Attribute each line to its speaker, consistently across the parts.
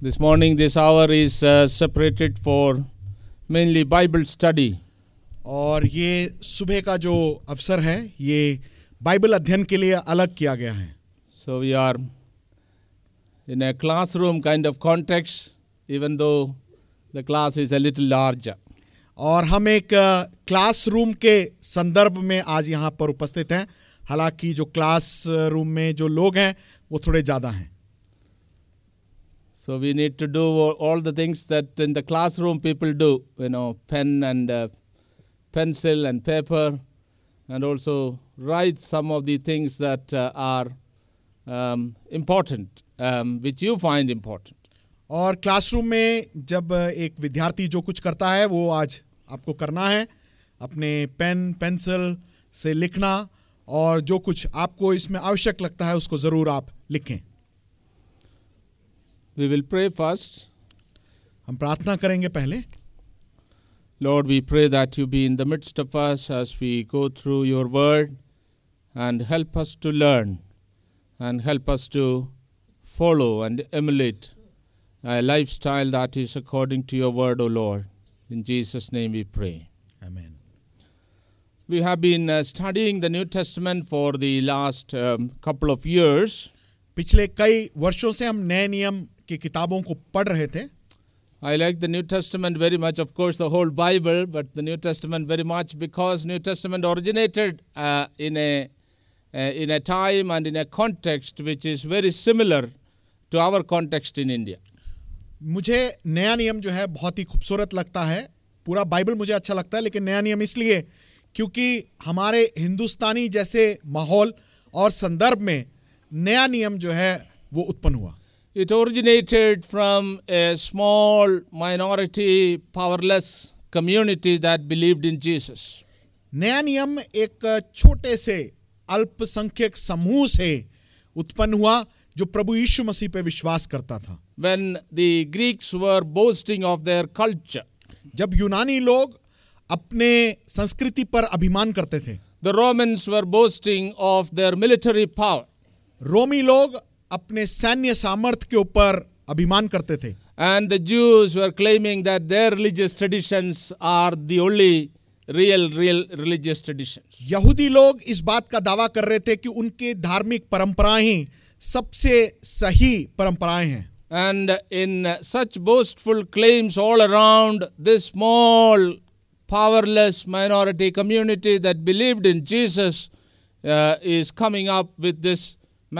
Speaker 1: This morning, this hour is uh, separated for mainly Bible study.
Speaker 2: और ये सुबह का जो अवसर है ये बाइबल अध्ययन के लिए अलग किया गया है
Speaker 1: So we are in a classroom kind of context, even though the class is a little larger.
Speaker 2: और हम एक अ, क्लासरूम के संदर्भ में आज यहाँ पर उपस्थित हैं हालांकि जो क्लासरूम में जो लोग हैं वो थोड़े ज़्यादा हैं
Speaker 1: So we need to do all- all the things that in the classroom people do, you know, pen and uh, pencil and paper, and also write some of the things that uh, are um, important, um, which you find important.
Speaker 2: और classroom में जब अ, एक विद्यार्थी जो कुछ करता है वो आज आपको करना है अपने पेन पेंसिल से लिखना और जो कुछ आपको इसमें आवश्यक लगता है उसको ज़रूर आप लिखें
Speaker 1: We will pray first.
Speaker 2: हम प्रार्थना करेंगे पहले
Speaker 1: Lord, we pray that you be in the midst of us as we go through your word and help us to learn and help us to follow and emulate a lifestyle that is according to your word, O Lord. In Jesus' name we pray.
Speaker 2: आमीन
Speaker 1: We have been uh, studying the New Testament for the last um, couple of years.
Speaker 2: पिछले कई वर्षों से हम नए नियम की किताबों को पढ़ रहे थे
Speaker 1: I like the New Testament very much, of course, the whole Bible, but the New Testament very much because New Testament originated uh, in a uh, in a time and in a context which is very similar to our context in India.
Speaker 2: मुझे नया नियम जो है बहुत ही खूबसूरत लगता है पूरा बाइबल मुझे अच्छा लगता है लेकिन नया नियम इसलिए क्योंकि हमारे हिंदुस्तानी जैसे माहौल और संदर्भ में नया नियम जो है वो उत्पन्न हुआ
Speaker 1: It originated from a small minority, powerless community that believed in Jesus.
Speaker 2: नया नियम एक छोटे से अल्पसंख्यक समूह से उत्पन्न हुआ जो प्रभु यीशु मसीह पे विश्वास करता था
Speaker 1: When the Greeks were boasting of their culture,
Speaker 2: जब यूनानी लोग अपने संस्कृति पर अभिमान करते थे
Speaker 1: the Romans were boasting of their military power.
Speaker 2: रोमी लोग अपने सैन्य सामर्थ्य के ऊपर अभिमान करते थे
Speaker 1: And the Jews were claiming that their religious traditions are the only real, real religious traditions.
Speaker 2: यहूदी लोग इस बात का दावा कर रहे थे कि उनके धार्मिक परंपराएं ही सबसे सही परंपराएं हैं
Speaker 1: And in such boastful claims all around, this small, powerless minority community that believed in Jesus uh, is coming up with this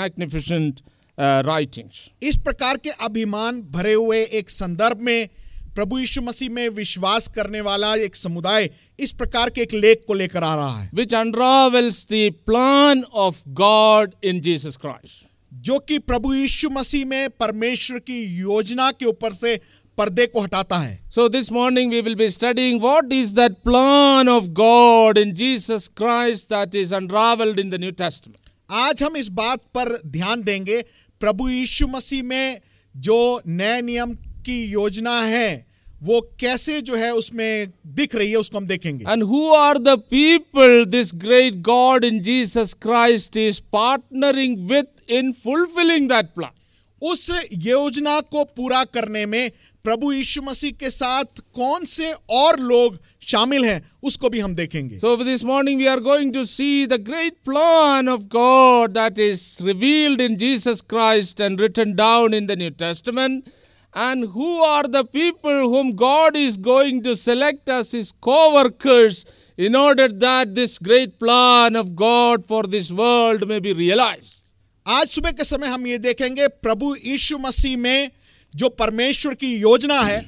Speaker 1: magnificent uh, writings.
Speaker 2: इस प्रकार के अभिमान भरे हुए एक संदर्भ में प्रभु यीशु मसीह में विश्वास करने वाला एक समुदाय इस प्रकार के एक लेख को लेकर आ रहा है
Speaker 1: Which unravels the plan of God in Jesus Christ.
Speaker 2: जो कि प्रभु यीशु मसीह में परमेश्वर की योजना के ऊपर से पर्दे को हटाता है
Speaker 1: So, this morning we will be studying what is that plan of God in Jesus Christ that is unraveled in the New Testament.
Speaker 2: आज हम इस बात पर ध्यान देंगे प्रभु यीशु मसीह में जो नए नियम की योजना है वो कैसे जो है उसमें दिख रही है उसको हम देखेंगे
Speaker 1: And who are the people this great God in Jesus Christ is partnering with in fulfilling that plan?
Speaker 2: उस योजना को पूरा करने में प्रभु यीशु मसीह के साथ कौन से और लोग शामिल हैं उसको भी हम देखेंगे
Speaker 1: So, this morning we are going to see the great plan of God that is revealed in Jesus Christ and written down in the New Testament. And who are the people whom God is going to select as his co workers in order that this great plan of God for this world may be realized?
Speaker 2: आज सुबह के समय हम ये देखेंगे प्रभु यीशु मसीह में जो परमेश्वर की योजना है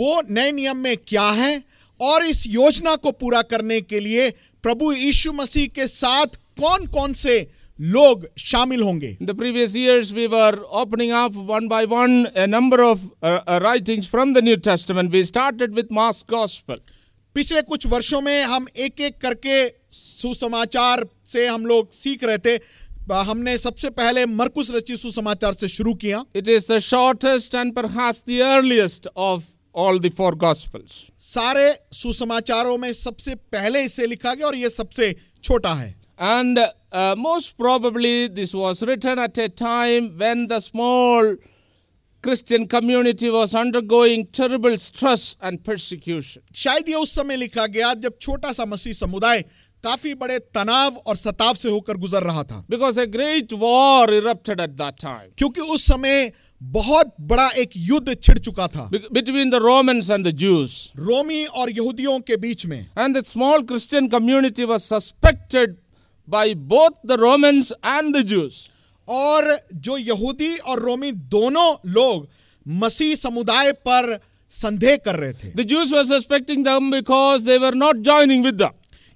Speaker 2: वो नए नियम में क्या है और इस योजना को पूरा करने के लिए प्रभु यीशु मसीह के साथ कौन कौन से लोग शामिल होंगे
Speaker 1: In the previous years, we were opening up one by one a number of uh, uh, writings from the New Testament. We started with Mark's Gospel.
Speaker 2: पिछले कुछ वर्षों में हम एक एक करके सुसमाचार से हम लोग सीख रहे थे हमने सबसे पहले मरकुस रचित सुसमाचार से शुरू किया
Speaker 1: It is the shortest and perhaps the earliest of all the four Gospels.
Speaker 2: सारे सुसमाचारों में सबसे पहले इसे लिखा गया और ये सबसे छोटा है
Speaker 1: And uh, most probably, this was written at a time when the small Christian community was undergoing terrible stress and persecution.
Speaker 2: शायद ये उस समय लिखा गया जब छोटा सा मसीह समुदाय काफी बड़े तनाव और सताव से होकर गुजर रहा था
Speaker 1: Because a great war erupted at that time
Speaker 2: क्योंकि उस समय बहुत बड़ा एक युद्ध छिड़ चुका था
Speaker 1: be- between the Romans and the Jews.
Speaker 2: रोमी और यहूदियों के बीच में
Speaker 1: And the small Christian community was suspected by both the Romans and the Jews.
Speaker 2: और जो यहूदी और रोमी दोनों लोग मसीह समुदाय पर संदेह कर रहे थे
Speaker 1: The Jews were suspecting them because they were not joining with them.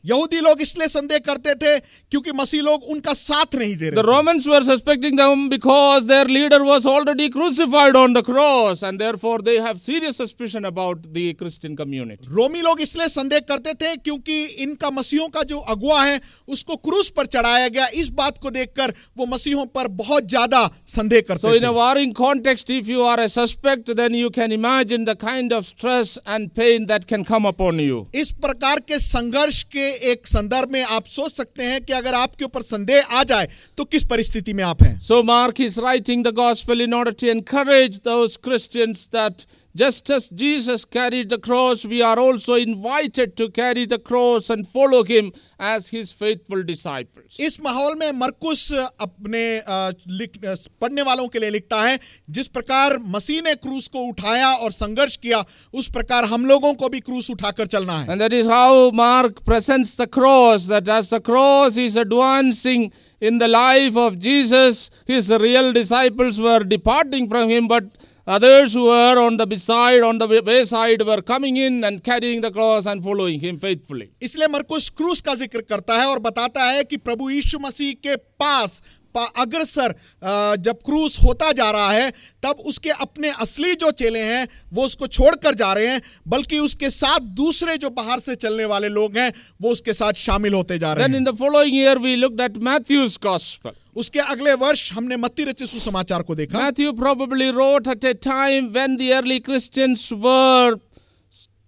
Speaker 2: यहूदी लोग इसलिए संदेह करते थे क्योंकि मसीह लोग उनका साथ नहीं दे
Speaker 1: The
Speaker 2: रहे थे।
Speaker 1: Romans were suspecting them because their leader was already crucified on the cross, and therefore they have serious suspicion about the Christian community.
Speaker 2: रोमी लोग इसलिए संदेह करते थे क्योंकि इनका मसीहों का जो अगुआ है उसको क्रूस पर चढ़ाया गया इस बात को देखकर वो मसीहों पर बहुत ज्यादा संदेह
Speaker 1: So,
Speaker 2: करते
Speaker 1: in a
Speaker 2: थे
Speaker 1: warring context, if you are a suspect, then you can imagine the kind of stress and pain that can come upon you.
Speaker 2: इस प्रकार के संघर्ष के एक संदर्भ में आप सोच सकते हैं कि अगर आपके ऊपर संदेह आ जाए तो किस परिस्थिति में आप हैं
Speaker 1: So, Mark is writing the gospel in order to encourage those Christians that just as Jesus carried the cross, we are also invited to carry the cross and follow him as his faithful disciples.
Speaker 2: इस माहौल में मरकुस अपने अ, लिख- अ, पढ़ने वालों के लिए लिखता है जिस प्रकार मसीह ने क्रूस को उठाया और संघर्ष किया उस प्रकार हम लोगों को भी क्रूस उठाकर चलना है
Speaker 1: And that is how Mark presents the cross, that as the cross is advancing in the life of Jesus, his real disciples were departing from him, but others who were on the beside, on the wayside, were coming in and carrying the cross and following him faithfully.
Speaker 2: इसलिए मरकुस क्रूस का जिक्र करता है और बताता है कि प्रभु यीशु मसीह के पास पा- अग्रसर अ, जब क्रूस होता जा रहा है तब उसके अपने असली जो चेले हैं वो उसको छोड़कर जा रहे हैं बल्कि उसके साथ दूसरे जो बाहर से चलने वाले लोग हैं वो उसके साथ शामिल होते जा रहे
Speaker 1: Then
Speaker 2: हैं
Speaker 1: in the following year, we looked at Matthew's gospel.
Speaker 2: उसके अगले वर्ष हमने मत्ती रचित सुसमाचार को देखा
Speaker 1: Matthew probably wrote at a time when the early Christians were,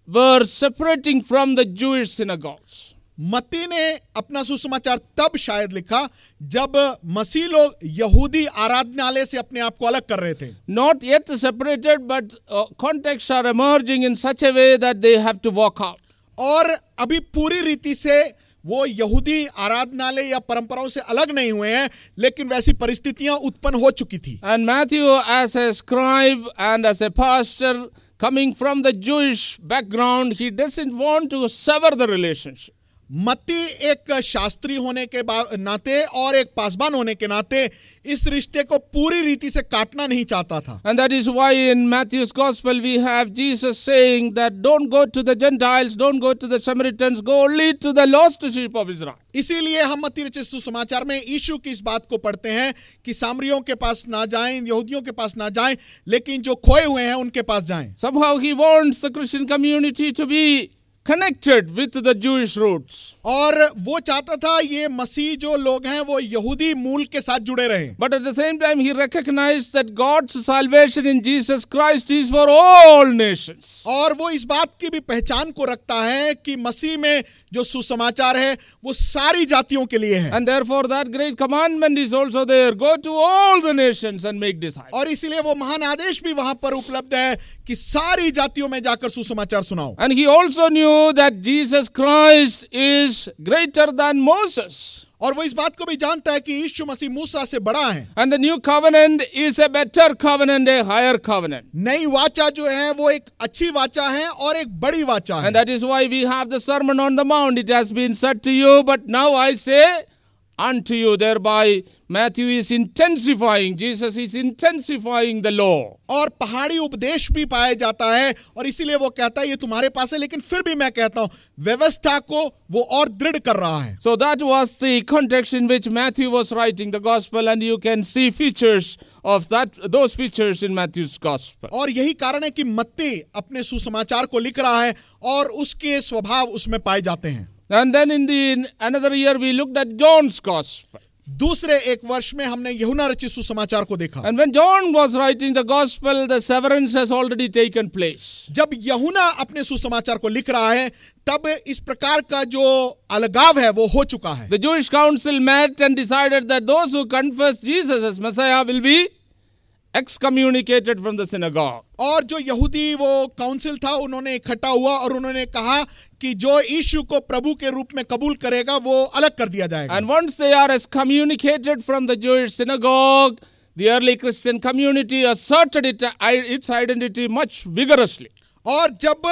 Speaker 1: were separating from the Jewish synagogues.
Speaker 2: मत्ती ने अपना सुसमाचार तब शायद लिखा जब मसीह लोग यहूदी आराधनालय से अपने आप को अलग कर रहे थे
Speaker 1: not yet separated, but uh, contexts are emerging in such a way that they have to walk out.
Speaker 2: और अभी पूरी रीति से वो यहूदी आराधनालय या परंपराओं से अलग नहीं हुए हैं लेकिन वैसी परिस्थितियां उत्पन्न हो चुकी थी
Speaker 1: And Matthew, as a scribe and as a pastor, coming from the Jewish background, he doesn't want to sever the relationship.
Speaker 2: मत्ती एक शास्त्री होने के बा- नाते और एक पासवान होने के नाते इस रिश्ते को पूरी रीति से काटना नहीं चाहता था
Speaker 1: And that is why in Matthew's gospel we have Jesus saying that don't go to the Gentiles, don't go to the Samaritans, go only to the lost sheep of Israel.
Speaker 2: इसीलिए हम अतिरचित सुसमाचार में यीशु की इस बात को पढ़ते हैं कि सामरियों के पास ना जाएं यहूदियों के पास ना जाएं लेकिन जो खोए हुए हैं उनके पास जाएं
Speaker 1: Somehow he wants the Christian community to be connected with the Jewish roots.
Speaker 2: और वो चाहता था ये मसीह जो लोग हैं वो यहूदी मूल के साथ जुड़े रहें
Speaker 1: But at the same time, he recognized that God's salvation in Jesus Christ is for all nations.
Speaker 2: और वो इस बात की भी पहचान को रखता है कि मसीह में जो सुसमाचार है वो सारी जातियों के लिए है
Speaker 1: And therefore, that great commandment is also there go to all the nations and make disciples.
Speaker 2: और इसीलिए वो महान आदेश भी वहां पर उपलब्ध है कि सारी जातियों में जाकर सुसमाचार सुनाओ
Speaker 1: And he also knew that Jesus Christ is greater than Moses.
Speaker 2: और वो इस बात को भी जानता है कि यीशु मसीह मूसा से बड़ा है
Speaker 1: And the new covenant is a better covenant, a higher covenant.
Speaker 2: नई वाचा जो है वो एक अच्छी वाचा है और एक बड़ी वाचा है
Speaker 1: And that is why we have the Sermon on the Mount. It has been said to you, but now I say unto you. Thereby, Matthew is intensifying, Jesus is intensifying the law.
Speaker 2: और पहाड़ी उपदेश भी पाया जाता है और इसीलिए वो कहता है ये तुम्हारे पास है लेकिन फिर भी मैं कहता हूं व्यवस्था को वो और दृढ़ कर रहा है
Speaker 1: So that was the context in which Matthew was writing the gospel, and you can see features of that those features in Matthew's gospel.
Speaker 2: और यही कारण है कि मत्ती अपने सुसमाचार को लिख रहा है और उसके स्वभाव उसमें पाए जाते हैं
Speaker 1: And then in the in another year we looked at John's gospel.
Speaker 2: दूसरे एक वर्ष में हमने यहुना रचित सुसमाचार को देखा
Speaker 1: And when John was writing the gospel, the severance has already taken place.
Speaker 2: जब यहुना अपने सुसमाचार को लिख रहा है तब इस प्रकार का जो अलगाव है वो हो चुका है
Speaker 1: The Jewish council met and decided that those who confess Jesus as Messiah will be excommunicated from the synagogue.
Speaker 2: और जो यहूदी वो काउंसिल था उन्होंने इकट्ठा हुआ और उन्होंने कहा कि जो यीशु को प्रभु के रूप में कबूल करेगा वो अलग कर दिया जाएगा
Speaker 1: And once they are excommunicated from the Jewish synagogue, the early Christian community asserted it, its identity much vigorously.
Speaker 2: और जब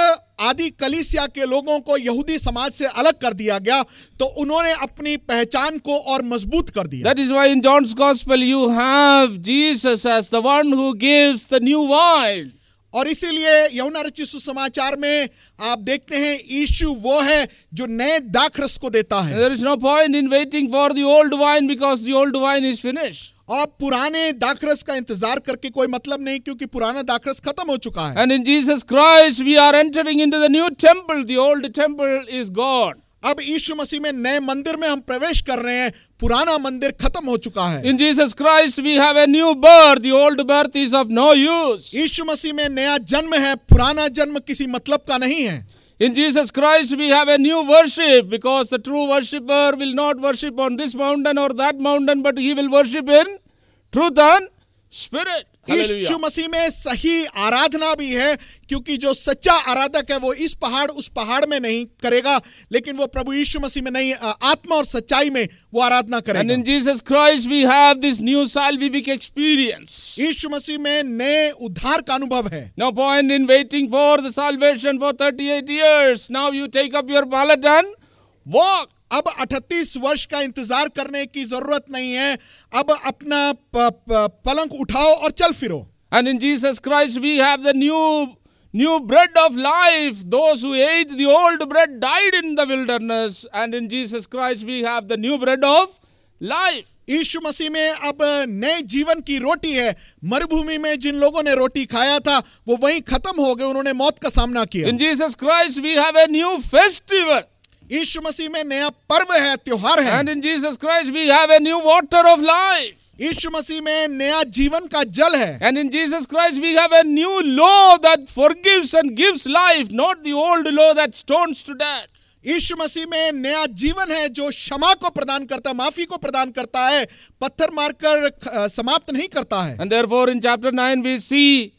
Speaker 2: आदि कलीसिया के लोगों को यहूदी समाज से अलग कर दिया गया तो उन्होंने अपनी पहचान को और मजबूत कर दिया
Speaker 1: That is why in John's Gospel you have Jesus as the one who gives the new wine.
Speaker 2: और इसीलिए यमुना रचित सुसमाचार में आप देखते हैं यीशु वो है जो नए दाखरस को देता
Speaker 1: And
Speaker 2: है
Speaker 1: there is no point in waiting for the old wine because the old wine is finished.
Speaker 2: और पुराने दाखरस का इंतजार करके कोई मतलब नहीं क्योंकि पुराना दाखरस खत्म हो चुका है
Speaker 1: And in Jesus Christ, we are entering into the new temple. The old temple is gone.
Speaker 2: अब यीशु मसीह में नए मंदिर में हम प्रवेश कर रहे हैं पुराना मंदिर खत्म हो चुका है
Speaker 1: In Jesus Christ, we have a new birth. The old birth is of no use.
Speaker 2: यीशु मसीह में नया जन्म है पुराना जन्म किसी मतलब का नहीं है
Speaker 1: In Jesus Christ, we have a new worship because the true worshipper will not worship on this mountain or that mountain, but he will worship in truth and spirit.
Speaker 2: यीशु
Speaker 1: Hallelujah.
Speaker 2: मसीह में सही आराधना भी है क्योंकि जो सच्चा आराधक है वो इस पहाड़ उस पहाड़ में नहीं करेगा लेकिन वो प्रभु यीशु मसीह में नहीं आ- आत्मा और सच्चाई में वो आराधना
Speaker 1: And in
Speaker 2: करेगा
Speaker 1: Jesus Christ, we have this new salvific experience.
Speaker 2: यीशु मसीह में नए उद्धार का अनुभव है
Speaker 1: No point in waiting for the salvation for 38 years. Now you take up your mallet and walk.
Speaker 2: अब 38 वर्ष का इंतजार करने की जरूरत नहीं है अब अपना प, प, पलंग उठाओ और चल फिरो
Speaker 1: And in Jesus Christ we have the new new bread of life. Those who ate the old bread died in the wilderness. And in Jesus Christ we have the new bread of life.
Speaker 2: यीशु मसीह में अब नए जीवन की रोटी है मरुभूमि में जिन लोगों ने रोटी खाया था वो वहीं खत्म हो गए उन्होंने मौत का सामना किया
Speaker 1: In Jesus Christ we have a new festival.
Speaker 2: यीशु मसीह में नया पर्व है त्योहार है
Speaker 1: And in Jesus Christ we have a new water of life.
Speaker 2: यीशु मसीह में नया जीवन का जल है
Speaker 1: And in Jesus Christ, we have a new law that forgives and gives life, not the old law that stones to death.
Speaker 2: यीशु मसीह में नया जीवन है जो क्षमा को प्रदान करता है माफी को प्रदान करता है पत्थर मारकर ख- समाप्त नहीं करता है
Speaker 1: And therefore, in chapter 9, we see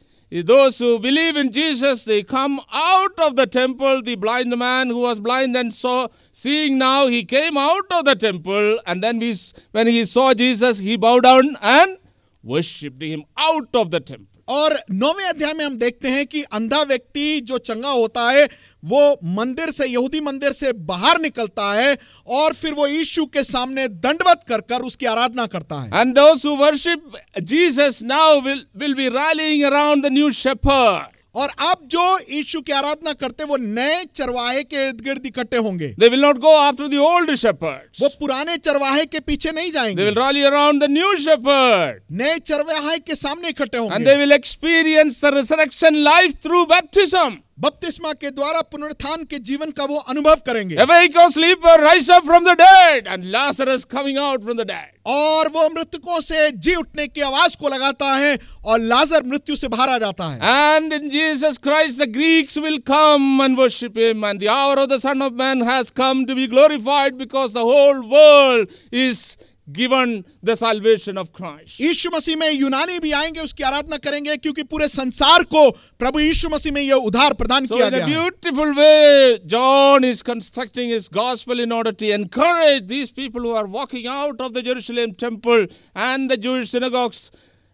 Speaker 1: those who believe in Jesus, they come out of the temple. The blind man who was blind and saw, seeing now, he came out of the temple. And then we, s- when he saw Jesus, he bowed down and worshipped him out of the temple.
Speaker 2: और नौवें अध्याय में हम देखते हैं कि अंधा व्यक्ति जो चंगा होता है वो मंदिर से यहूदी मंदिर से बाहर निकलता है और फिर वो यीशु के सामने दंडवत कर कर उसकी आराधना करता है
Speaker 1: And those who worship Jesus now will, will be rallying around the new shepherd.
Speaker 2: और अब जो यीशु की आराधना करते हैं, वो नए चरवाहे के इर्द गिर्द इकट्ठे होंगे
Speaker 1: They will not go after the old shepherds.
Speaker 2: वो पुराने चरवाहे के पीछे नहीं
Speaker 1: They
Speaker 2: जाएंगे
Speaker 1: will rally around the new shepherd.
Speaker 2: नए चरवाहे के सामने इकट्ठे
Speaker 1: And
Speaker 2: होंगे
Speaker 1: they will experience the resurrection life through baptism.
Speaker 2: बपतिस्मा के द्वारा पुनरुत्थान के जीवन का वो अनुभव करेंगे
Speaker 1: Awake, O sleeper, rise up from the dead. And Lazarus coming out from the dead.
Speaker 2: और वो मृतकों से जी उठने की आवाज को लगाता है और लाजर मृत्यु से बाहर आ जाता है
Speaker 1: And in Jesus Christ, the Greeks will come and worship him. And the hour of the Son of Man has come to be glorified because the whole world is given the salvation of Christ.
Speaker 2: यीशु मसीह में यूनानी भी आएंगे उसकी आराधना करेंगे क्योंकि पूरे संसार को प्रभु यीशु मसीह में यह उधार प्रदान
Speaker 1: So,
Speaker 2: किया
Speaker 1: in a
Speaker 2: गया है।
Speaker 1: beautiful way, John is constructing his gospel in order to encourage these people who are walking out of the Jerusalem temple and the Jewish synagogues,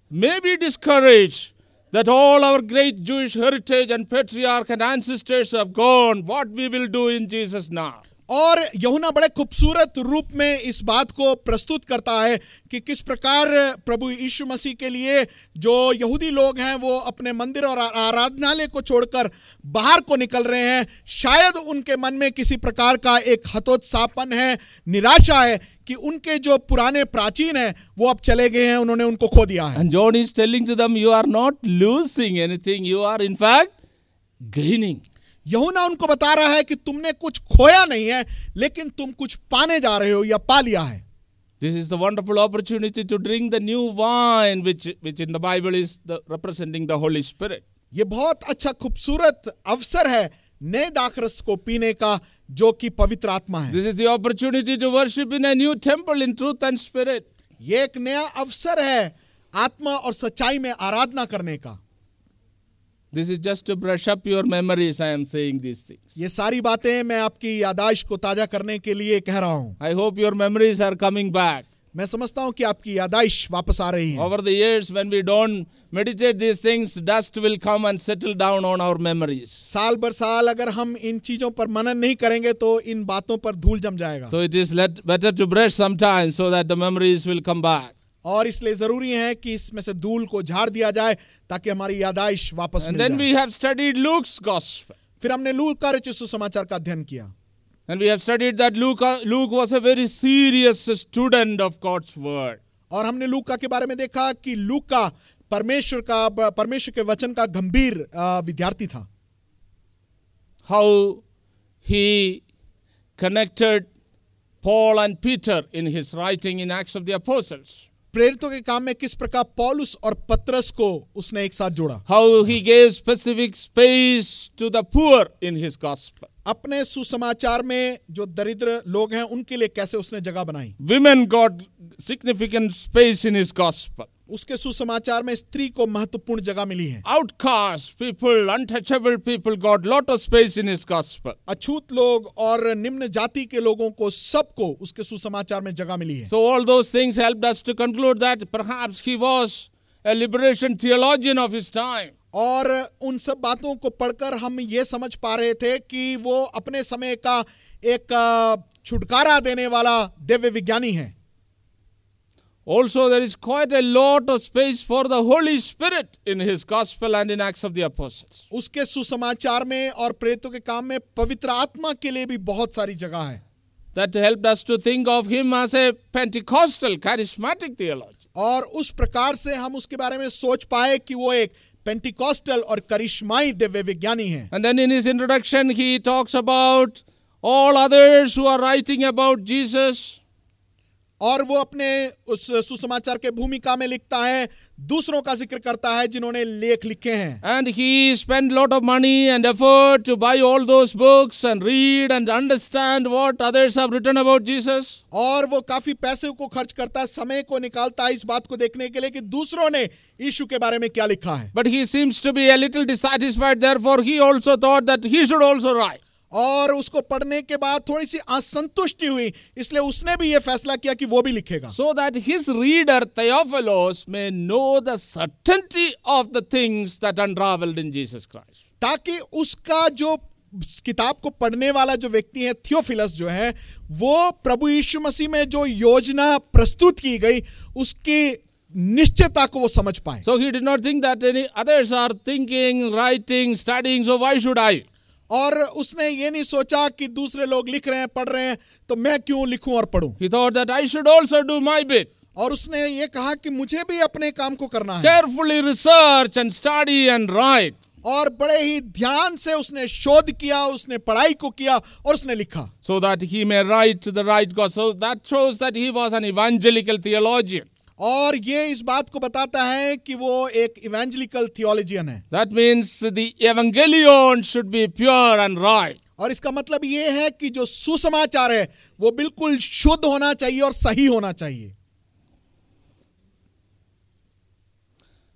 Speaker 1: may be discouraged that all our great Jewish heritage and patriarch and ancestors have gone. What we will do in Jesus now?
Speaker 2: और यहुना बड़े खूबसूरत रूप में इस बात को प्रस्तुत करता है कि किस प्रकार प्रभु यीशु मसीह के लिए जो यहूदी लोग हैं वो अपने मंदिर और आ- आराधनालय को छोड़कर बाहर को निकल रहे हैं शायद उनके मन में किसी प्रकार का एक हतोत्साहपन है निराशा है कि उनके जो पुराने प्राचीन हैं वो अब चले गए हैं उन्होंने उनको खो दिया है
Speaker 1: And John is telling to them, You are not losing anything, you are in fact gaining.
Speaker 2: यहुना उनको बता रहा है कि तुमने कुछ खोया नहीं है लेकिन तुम कुछ पाने जा रहे हो या पा लिया है
Speaker 1: This is the wonderful opportunity to drink the new wine, which, which in the Bible is the, representing the Holy Spirit.
Speaker 2: ये बहुत अच्छा खूबसूरत अवसर है नए दाखरस को पीने का जो कि पवित्र आत्मा है
Speaker 1: This is the opportunity to worship in a new temple in truth and spirit.
Speaker 2: ये एक नया अवसर है आत्मा और सच्चाई में आराधना करने का
Speaker 1: This is just to brush up your memories. I am saying these things.
Speaker 2: ये सारी बातें मैं आपकी यादाश्त को ताजा करने के लिए कह रहा हूँ
Speaker 1: I hope your memories are coming back.
Speaker 2: मैं समझता हूँ कि आपकी यादाश्त वापस आ रही है
Speaker 1: Over the years, when we don't meditate these things, dust will come and settle down on our memories.
Speaker 2: साल भर साल अगर हम इन चीजों पर मनन नहीं करेंगे तो इन बातों पर धूल जम जाएगा
Speaker 1: So it is let, better to brush sometimes so that the memories will come back.
Speaker 2: और इसलिए जरूरी है कि इसमें से धूल को झाड़ दिया जाए ताकि हमारी यादाश्त वापस
Speaker 1: And
Speaker 2: मिल
Speaker 1: then
Speaker 2: जाए।
Speaker 1: we have studied Luke's gospel.
Speaker 2: फिर हमने लू का सुसमाचार का अध्ययन किया
Speaker 1: And we have studied that Luke, uh, Luke was a very serious student of God's word.
Speaker 2: और हमने लूका के बारे में देखा कि लूका परमेश्वर का परमेश्वर के वचन का गंभीर अ, विद्यार्थी था
Speaker 1: How he connected Paul and Peter in his writing in Acts of the Apostles.
Speaker 2: प्रेरितों के काम में किस प्रकार पौलुस और पत्रस को उसने एक साथ जोड़ा
Speaker 1: How he gave specific space to the poor in his gospel.
Speaker 2: अपने सुसमाचार में जो दरिद्र लोग हैं उनके लिए कैसे उसने जगह बनाई
Speaker 1: Women got significant space in his gospel.
Speaker 2: उसके सुसमाचार में स्त्री को महत्वपूर्ण जगह मिली है
Speaker 1: Outcasts, people, untouchable people got lot of space in his gospel.
Speaker 2: अछूत लोग और निम्न जाति के लोगों को सबको उसके सुसमाचार में जगह मिली है
Speaker 1: So all those things helped us to conclude that perhaps he was a liberation theologian of his time.
Speaker 2: और उन सब बातों को पढ़कर हम ये समझ पा रहे थे कि वो अपने समय का एक अ, छुटकारा देने वाला दिव्य विज्ञानी है
Speaker 1: Also, there is quite a lot of space for the Holy Spirit in his gospel and in Acts of the Apostles.
Speaker 2: उसके सुसमाचार में और प्रेरितों के काम में पवित्र आत्मा के लिए भी बहुत सारी जगह है
Speaker 1: That helped us to think of him as a Pentecostal charismatic theologian.
Speaker 2: और उस प्रकार से हम उसके बारे में सोच पाए कि वो एक पेंटिकॉस्टल और करिश्माई दिव्य विज्ञानी है
Speaker 1: And then in his introduction, he talks about all others who are writing about Jesus.
Speaker 2: और वो अपने उस सुसमाचार के भूमिका में लिखता है दूसरों का जिक्र करता है जिन्होंने लेख लिखे हैं
Speaker 1: And he spent lot of money and effort to buy all those books and read and understand what others have written about Jesus.
Speaker 2: और वो काफी पैसे को खर्च करता है समय को निकालता है इस बात को देखने के लिए कि दूसरों ने यीशु के बारे में क्या लिखा है
Speaker 1: But he seems to be a little dissatisfied, therefore, he also thought that he should also write.
Speaker 2: और उसको पढ़ने के बाद थोड़ी सी असंतुष्टि हुई इसलिए उसने भी ये फैसला किया कि वो भी लिखेगा
Speaker 1: So that his reader, Theophilos, may know the certainty of the things that unraveled in Jesus Christ.
Speaker 2: ताकि उसका जो इस किताब को पढ़ने वाला जो व्यक्ति है थियोफिलस जो है वो प्रभु यीशु मसीह में जो योजना प्रस्तुत की गई उसकी निश्चयता को वो समझ पाए
Speaker 1: So he did not think that any others are thinking, writing, studying, so why should I?
Speaker 2: और उसने ये नहीं सोचा कि दूसरे लोग लिख रहे हैं पढ़ रहे हैं तो मैं क्यों लिखूं और पढूं
Speaker 1: He thought that I should also do my bit.
Speaker 2: और उसने ये कहा कि मुझे भी अपने काम को करना है
Speaker 1: Carefully research and study and write.
Speaker 2: और बड़े ही ध्यान से उसने शोध किया उसने पढ़ाई को किया और उसने लिखा
Speaker 1: So that he may write the right gospel. So that shows that he was an evangelical theologian.
Speaker 2: और ये इस बात को बताता है कि वो एक इवेंजलिकल थियोलॉजियन है
Speaker 1: That means the evangelion should be pure and right.
Speaker 2: और इसका मतलब ये है कि जो सुसमाचार है वो बिल्कुल शुद्ध होना चाहिए और सही होना चाहिए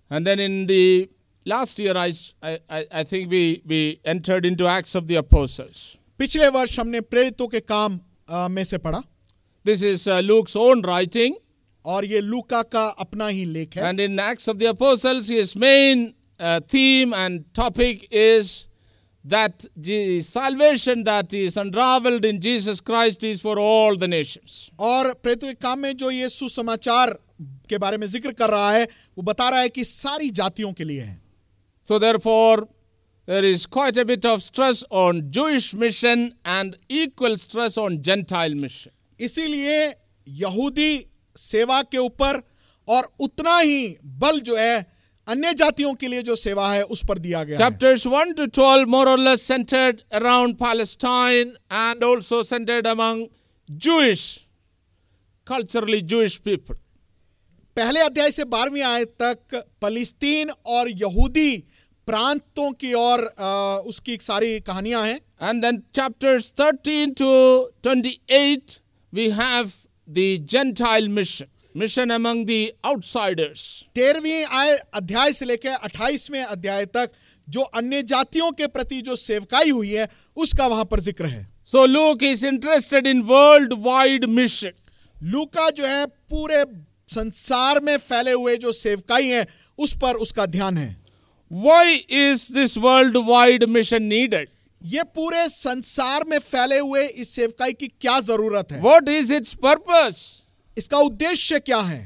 Speaker 1: And then in the last year, I, s- I- I- I think we, we entered into Acts of the Apostles.
Speaker 2: पिछले वर्ष हमने प्रेरितों के काम अ, में से पढ़ा
Speaker 1: This is uh, Luke's own writing.
Speaker 2: और ये लूका का अपना ही लेख है
Speaker 1: And in Acts of the Apostles, his main uh, theme and topic is that the salvation that is unraveled in Jesus Christ is for all the nations.
Speaker 2: और प्रेरितों के काम में जो ये सुसमाचार के बारे में जिक्र कर रहा है वो बता रहा है कि सारी जातियों के लिए है
Speaker 1: So, therefore, there is quite a bit of stress on Jewish mission and equal stress on Gentile mission.
Speaker 2: इसीलिए यहूदी सेवा के ऊपर और उतना ही बल जो है अन्य जातियों के लिए जो सेवा है उस पर दिया गया है।
Speaker 1: Chapters 1 to 12 more or less centered around Palestine and also centered among Jewish, culturally Jewish people.
Speaker 2: पहले अध्याय से बारहवीं आयत तक फलिस्तीन और यहूदी प्रांतों की और अ, उसकी सारी कहानियां हैं
Speaker 1: And then chapters 13 to 28, we have the Gentile mission. Mission among the outsiders.
Speaker 2: तेरहवीं आय अध्याय से लेकर अट्ठाईसवें अध्याय तक जो अन्य जातियों के प्रति जो सेवकाई हुई है उसका वहां पर जिक्र है
Speaker 1: So Luke is interested in worldwide mission.
Speaker 2: लूका जो है पूरे संसार में फैले हुए जो सेवकाई है उस पर उसका ध्यान है
Speaker 1: Why is this worldwide mission needed?
Speaker 2: ये पूरे संसार में फैले हुए इस सेवकाई की क्या जरूरत है
Speaker 1: What is its purpose?
Speaker 2: इसका उद्देश्य क्या है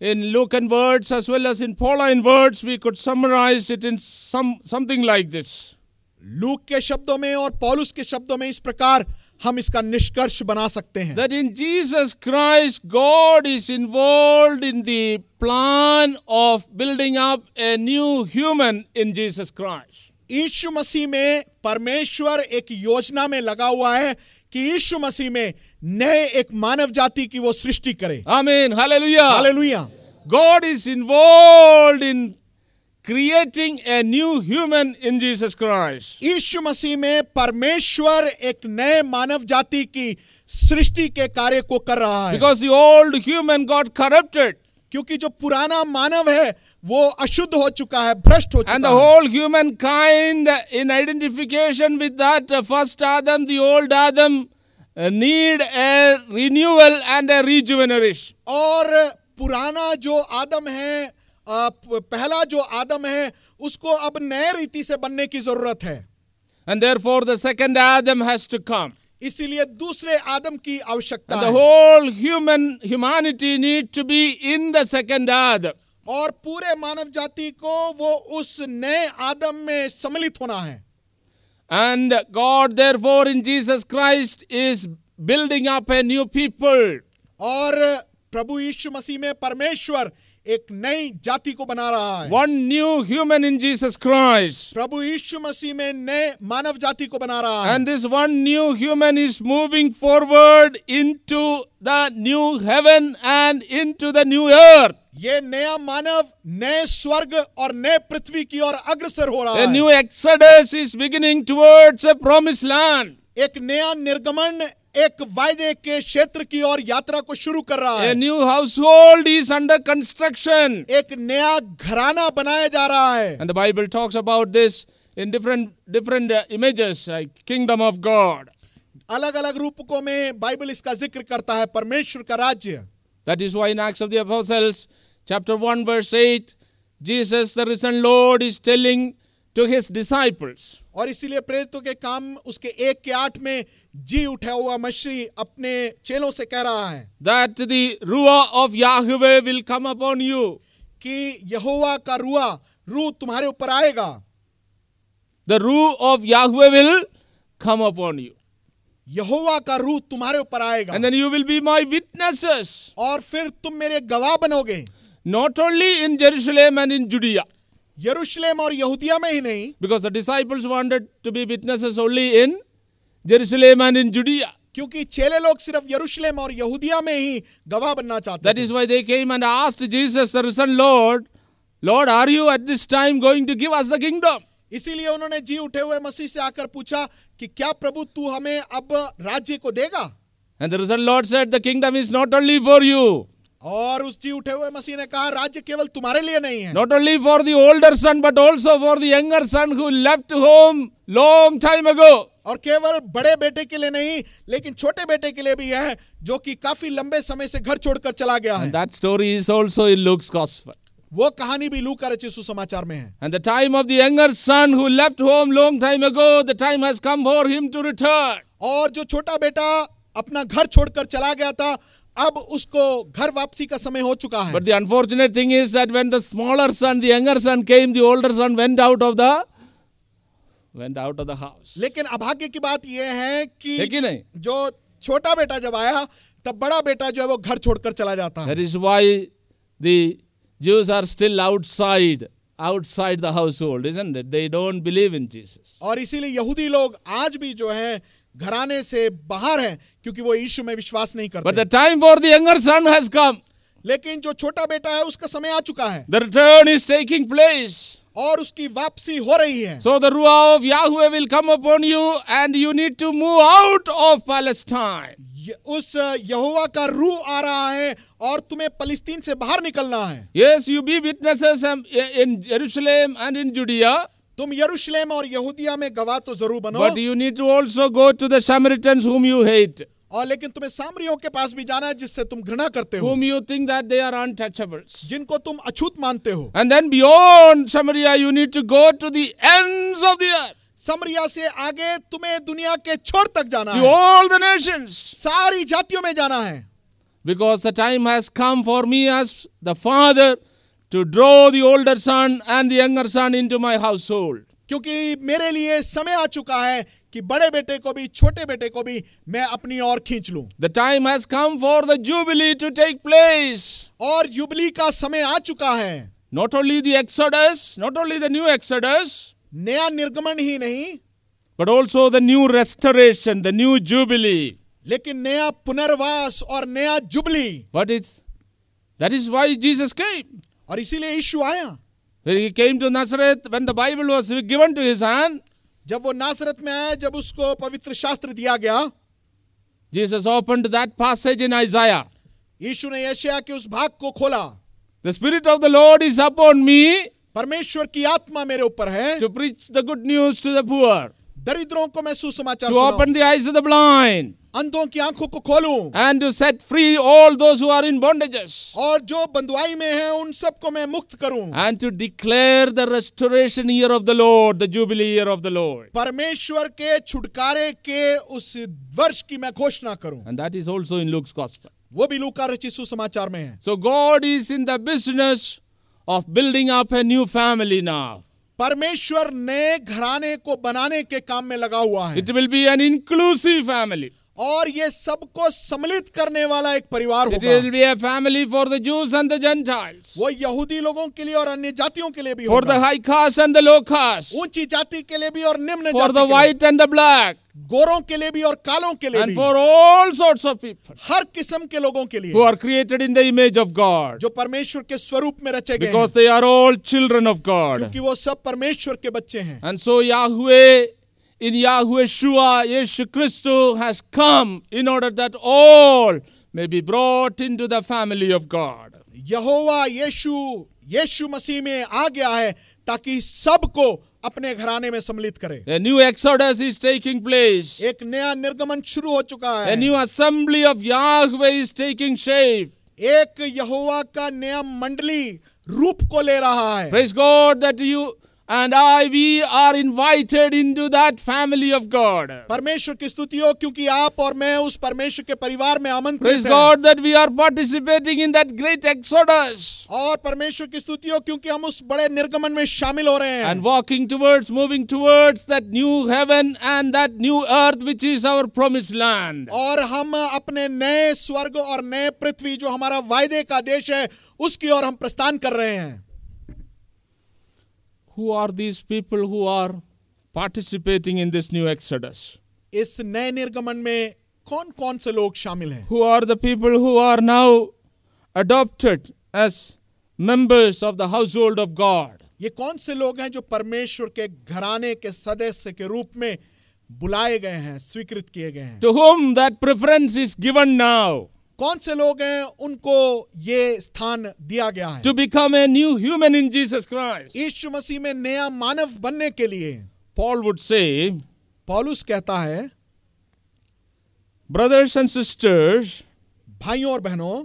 Speaker 1: In Lucan words as well as in Pauline words, we could summarize it in some something like this.
Speaker 2: Luke के शब्दों में और पॉलुस के शब्दों में इस प्रकार हम इसका निष्कर्ष बना सकते हैं
Speaker 1: That in Jesus Christ, God is involved in the plan of building up a new human in Jesus Christ.
Speaker 2: यीशु मसीह में परमेश्वर एक योजना में लगा हुआ है कि यीशु मसीह में नए एक मानव जाति की वो सृष्टि करे
Speaker 1: Amen. Hallelujah.
Speaker 2: Hallelujah
Speaker 1: God is involved in creating a new human in Jesus Christ.
Speaker 2: यीशु मसीह में परमेश्वर एक नए मानव जाति की सृष्टि के कार्य को कर रहा है
Speaker 1: Because the old human got corrupted
Speaker 2: क्योंकि जो पुराना मानव है वो अशुद्ध हो चुका है भ्रष्ट हो
Speaker 1: And the
Speaker 2: चुका है
Speaker 1: whole humankind, uh, in identification with that uh, first Adam, the old Adam, uh, need a renewal and a rejuvenation.
Speaker 2: और पुराना जो आदम है अ, प- पहला जो आदम है उसको अब नए रीति से बनने की जरूरत है
Speaker 1: And therefore, the second Adam has to come.
Speaker 2: इसीलिए दूसरे आदम की आवश्यकता
Speaker 1: And the
Speaker 2: है
Speaker 1: whole human humanity need to be in the second Adam.
Speaker 2: और पूरे मानव जाति को वो उस नए आदम में सम्मिलित होना है
Speaker 1: And God, therefore, in Jesus Christ, is building up a new people.
Speaker 2: और प्रभु यीशु मसीह में परमेश्वर एक नई जाति को बना रहा है
Speaker 1: One new human in Jesus Christ.
Speaker 2: प्रभु यीशु मसीह में नए मानव जाति को बना रहा है
Speaker 1: And this one new human is moving forward into the new heaven and into the new earth.
Speaker 2: ये नया मानव नए स्वर्ग और नए पृथ्वी की ओर अग्रसर हो रहा
Speaker 1: A new
Speaker 2: है
Speaker 1: exodus is beginning towards a promised land.
Speaker 2: एक नया निर्गमन एक वायदे के क्षेत्र की ओर यात्रा को शुरू कर रहा है
Speaker 1: A new household is under construction.
Speaker 2: एक नया घराना बनाया जा रहा है
Speaker 1: And the Bible talks about this in different different uh, images like kingdom of God.
Speaker 2: अलग अलग रूपकों में बाइबल इसका जिक्र करता है परमेश्वर का राज्य
Speaker 1: That is why in Acts of the Apostles, chapter 1, verse 8, Jesus, the risen Lord, is telling to his disciples,
Speaker 2: और इसीलिए प्रेरितों के काम उसके एक के आठ में जी उठा हुआ मसीह अपने चेलों से कह रहा है
Speaker 1: that the Ruah of Yahweh will come upon you.
Speaker 2: कि यहोवा का रुआ रू तुम्हारे ऊपर आएगा
Speaker 1: The Ruah of Yahweh will come upon you.
Speaker 2: यहोवा का रू तुम्हारे ऊपर आएगा
Speaker 1: And then you will be my witnesses,
Speaker 2: और फिर तुम मेरे गवाह बनोगे
Speaker 1: not only in Jerusalem and in Judea,
Speaker 2: यरूशलेम और यहूदिया में ही नहीं
Speaker 1: because the disciples wanted to be witnesses only in Jerusalem and in Judea.
Speaker 2: क्योंकि चेले लोग सिर्फ यरूशलेम और यहूदिया में ही गवाह बनना चाहते
Speaker 1: That
Speaker 2: थे
Speaker 1: is why they came and asked Jesus, the risen Lord, Lord, are you at this time going to give us the kingdom?
Speaker 2: इसीलिए उन्होंने जी उठे हुए मसीह से आकर पूछा कि क्या प्रभु तू हमें अब राज्य को देगा
Speaker 1: And the risen Lord said, The kingdom is not only for you,
Speaker 2: और उस जी उठे हुए मसीह ने कहा राज्य केवल तुम्हारे लिए नहीं है
Speaker 1: not only for the older son, but also for the younger son who left home long time ago.
Speaker 2: और केवल बड़े बेटे के लिए नहीं लेकिन छोटे बेटे के लिए भी है जो कि काफी लंबे समय से घर छोड़कर चला गया है
Speaker 1: And that story is also in Luke's gospel.
Speaker 2: वो कहानी भी लू का रचित सुसमाचार में है
Speaker 1: And the time of the younger son who left home long time ago, the time has come for him to return.
Speaker 2: और जो छोटा बेटा अपना घर छोड़कर चला गया था अब उसको घर वापसी का समय हो चुका है
Speaker 1: But the unfortunate thing is that when the smaller son, the younger son came, the older son went out of the went out of the house.
Speaker 2: लेकिन अभाग्य की बात यह है
Speaker 1: है कि
Speaker 2: कि
Speaker 1: नहीं?
Speaker 2: जो छोटा बेटा जब आया तब बड़ा बेटा जो है वो घर छोड़कर चला जाता है
Speaker 1: That is why the Jews are still outside, outside the household, isn't it? They don't believe in Jesus.
Speaker 2: और इसीलिए यहूदी लोग आज भी जो है घराने से बाहर हैं क्योंकि वो यीशु में विश्वास नहीं
Speaker 1: But
Speaker 2: करते
Speaker 1: the time for the younger son has come.
Speaker 2: लेकिन जो छोटा बेटा है उसका समय आ चुका है
Speaker 1: The return is taking place.
Speaker 2: और उसकी वापसी हो रही है
Speaker 1: So the Ruah of Yahweh will come upon you, and you need to move out of Palestine.
Speaker 2: य- उस यहोवा का रूह आ रहा है और तुम्हें फलिस्तीन से बाहर निकलना है
Speaker 1: Yes, you be witnesses um, i- in Jerusalem and in Judea,
Speaker 2: तुम यरूशलेम और यहूदिया में गवाह तो जरूर बनो
Speaker 1: but you need to also go to the Samaritans whom you hate,
Speaker 2: और लेकिन तुम्हें सामरियों के पास भी जाना है जिससे तुम घृणा करते हो
Speaker 1: whom you think that they are untouchables.
Speaker 2: जिनको तुम अछूत मानते हो
Speaker 1: And then beyond Samaria, you need to go to the ends of the earth,
Speaker 2: समरिया से आगे तुम्हें दुनिया के छोर तक जाना
Speaker 1: to
Speaker 2: है
Speaker 1: all the nations,
Speaker 2: सारी जातियों में जाना है
Speaker 1: because the time has come for me as the father to draw the older son and the younger son into my household.
Speaker 2: क्योंकि मेरे लिए समय आ चुका है कि बड़े बेटे को भी छोटे बेटे को भी मैं अपनी ओर खींच लूं
Speaker 1: The time has come for the jubilee to take place.
Speaker 2: और युबली का समय आ चुका है
Speaker 1: Not only the Exodus, not only the new Exodus,
Speaker 2: नया निर्गमन ही नहीं
Speaker 1: but also the new restoration, the new jubilee.
Speaker 2: लेकिन नया पुनर्वास और नया jubilee
Speaker 1: But it's that is why Jesus came.
Speaker 2: और इसीलिए यीशु आया
Speaker 1: When he came to Nazareth, when the Bible was given to his hand,
Speaker 2: जब वो नासरत में आया जब उसको पवित्र शास्त्र दिया गया
Speaker 1: Jesus opened that passage in Isaiah.
Speaker 2: यीशु ने यशया के उस भाग को खोला
Speaker 1: The Spirit of the Lord is upon me
Speaker 2: परमेश्वर की आत्मा मेरे ऊपर है
Speaker 1: to preach the good news to the poor,
Speaker 2: दरिद्रों को मैं सुसमाचार
Speaker 1: to open
Speaker 2: सुनाऊं,
Speaker 1: the eyes of the blind,
Speaker 2: अंधों की आंखों को खोलूं
Speaker 1: and to set free all those who are in bondages,
Speaker 2: और जो बंधुआई में है उन सबको मैं मुक्त करूं
Speaker 1: and to declare the restoration year of the Lord, the jubilee year of the Lord.
Speaker 2: परमेश्वर के छुटकारे के उस वर्ष की मैं घोषणा करूं
Speaker 1: And that is also in Luke's gospel.
Speaker 2: वो भी लूका रचित सुसमाचार में है
Speaker 1: So God is in the business of building up a new family now.
Speaker 2: परमेश्वर नए घराने को बनाने के काम में लगा हुआ है
Speaker 1: It will be an inclusive family.
Speaker 2: और ये सबको सम्मिलित करने वाला एक परिवार
Speaker 1: It
Speaker 2: होगा
Speaker 1: will be a family for the Jews and the Gentiles,
Speaker 2: वो यहूदी लोगों के लिए और अन्य जातियों के लिए भी
Speaker 1: for the
Speaker 2: होगा
Speaker 1: high caste and the low caste,
Speaker 2: ऊंची जाति के लिए भी और निम्न
Speaker 1: for
Speaker 2: जाति
Speaker 1: the
Speaker 2: के लिए,
Speaker 1: white and the black,
Speaker 2: गोरों के लिए भी और कालों के लिए
Speaker 1: and
Speaker 2: भी
Speaker 1: for all sorts of people
Speaker 2: हर किस्म के लोगों के
Speaker 1: who
Speaker 2: लिए
Speaker 1: are created in the image of God
Speaker 2: जो परमेश्वर के स्वरूप में रचे गए हैं
Speaker 1: because they are all children of God.
Speaker 2: क्योंकि वो सब परमेश्वर के बच्चे हैं
Speaker 1: And so Yahweh in Yahweh Shua Yeshu Christu has come in order that all may be brought into the family of God.
Speaker 2: यहोवा यीशु यीशु मसीह में आ गया है ताकि सबको अपने घराने में सम्मिलित करे
Speaker 1: A new exodus is taking place.
Speaker 2: एक नया निर्गमन शुरू हो चुका
Speaker 1: A
Speaker 2: है
Speaker 1: new assembly of Yahweh is taking shape.
Speaker 2: एक यहोवा का नया मंडली रूप को ले रहा है
Speaker 1: Praise God that you and I, we are invited into that family of God.
Speaker 2: परमेश्वर की स्तुति हो क्योंकि आप और मैं उस परमेश्वर के परिवार में
Speaker 1: Praise
Speaker 2: आमंत्रित हैं
Speaker 1: God that we are participating in that great exodus
Speaker 2: और परमेश्वर की स्तुति हो क्योंकि हम उस बड़े निर्गमन में शामिल हो रहे
Speaker 1: and
Speaker 2: हैं
Speaker 1: walking towards, moving towards that new heaven and that new earth which is our promised land.
Speaker 2: और हम अपने नए स्वर्ग और नए पृथ्वी जो हमारा वायदे का देश है उसकी ओर हम प्रस्थान कर रहे हैं
Speaker 1: Who are these people who are participating in this new exodus?
Speaker 2: इस नए निर्गमन में कौन कौन से लोग शामिल हैं
Speaker 1: who are the people who are now adopted as members of the household of God.
Speaker 2: ये कौन से लोग हैं जो परमेश्वर के घराने के सदस्य के रूप में बुलाए गए हैं स्वीकृत किए गए हैं
Speaker 1: To whom that preference is given now
Speaker 2: कौन से लोग हैं उनको ये स्थान दिया गया है
Speaker 1: to become a new human in Jesus Christ.
Speaker 2: यीशु मसीह में नया मानव बनने के लिए
Speaker 1: Paul would say,
Speaker 2: पौलुस कहता है
Speaker 1: Brothers and sisters,
Speaker 2: भाइयों और बहनों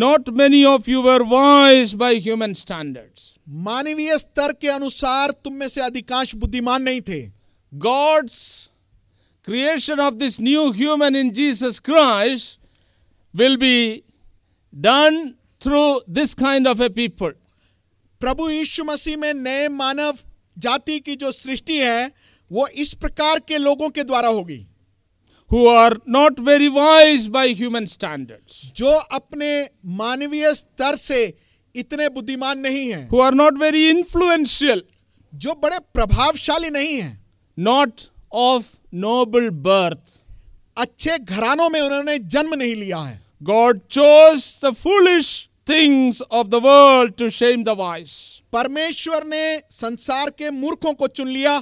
Speaker 1: not many of you were wise by human standards.
Speaker 2: मानवीय स्तर के अनुसार तुम में से अधिकांश बुद्धिमान नहीं थे
Speaker 1: God's creation of this new human in Jesus Christ will be done through this kind of a people.
Speaker 2: प्रभु यीशु मसीह में नए मानव जाति की जो सृष्टि है वो इस प्रकार के लोगों के द्वारा होगी
Speaker 1: who are not very wise by human standards,
Speaker 2: जो अपने मानवीय स्तर से इतने बुद्धिमान नहीं हैं
Speaker 1: who are not very influential,
Speaker 2: जो बड़े प्रभावशाली नहीं हैं
Speaker 1: not of noble birth.
Speaker 2: अच्छे घरानों में उन्होंने जन्म नहीं लिया है
Speaker 1: God chose the foolish things of the world to shame the wise.
Speaker 2: परमेश्वर ने संसार के मूर्खों को चुन लिया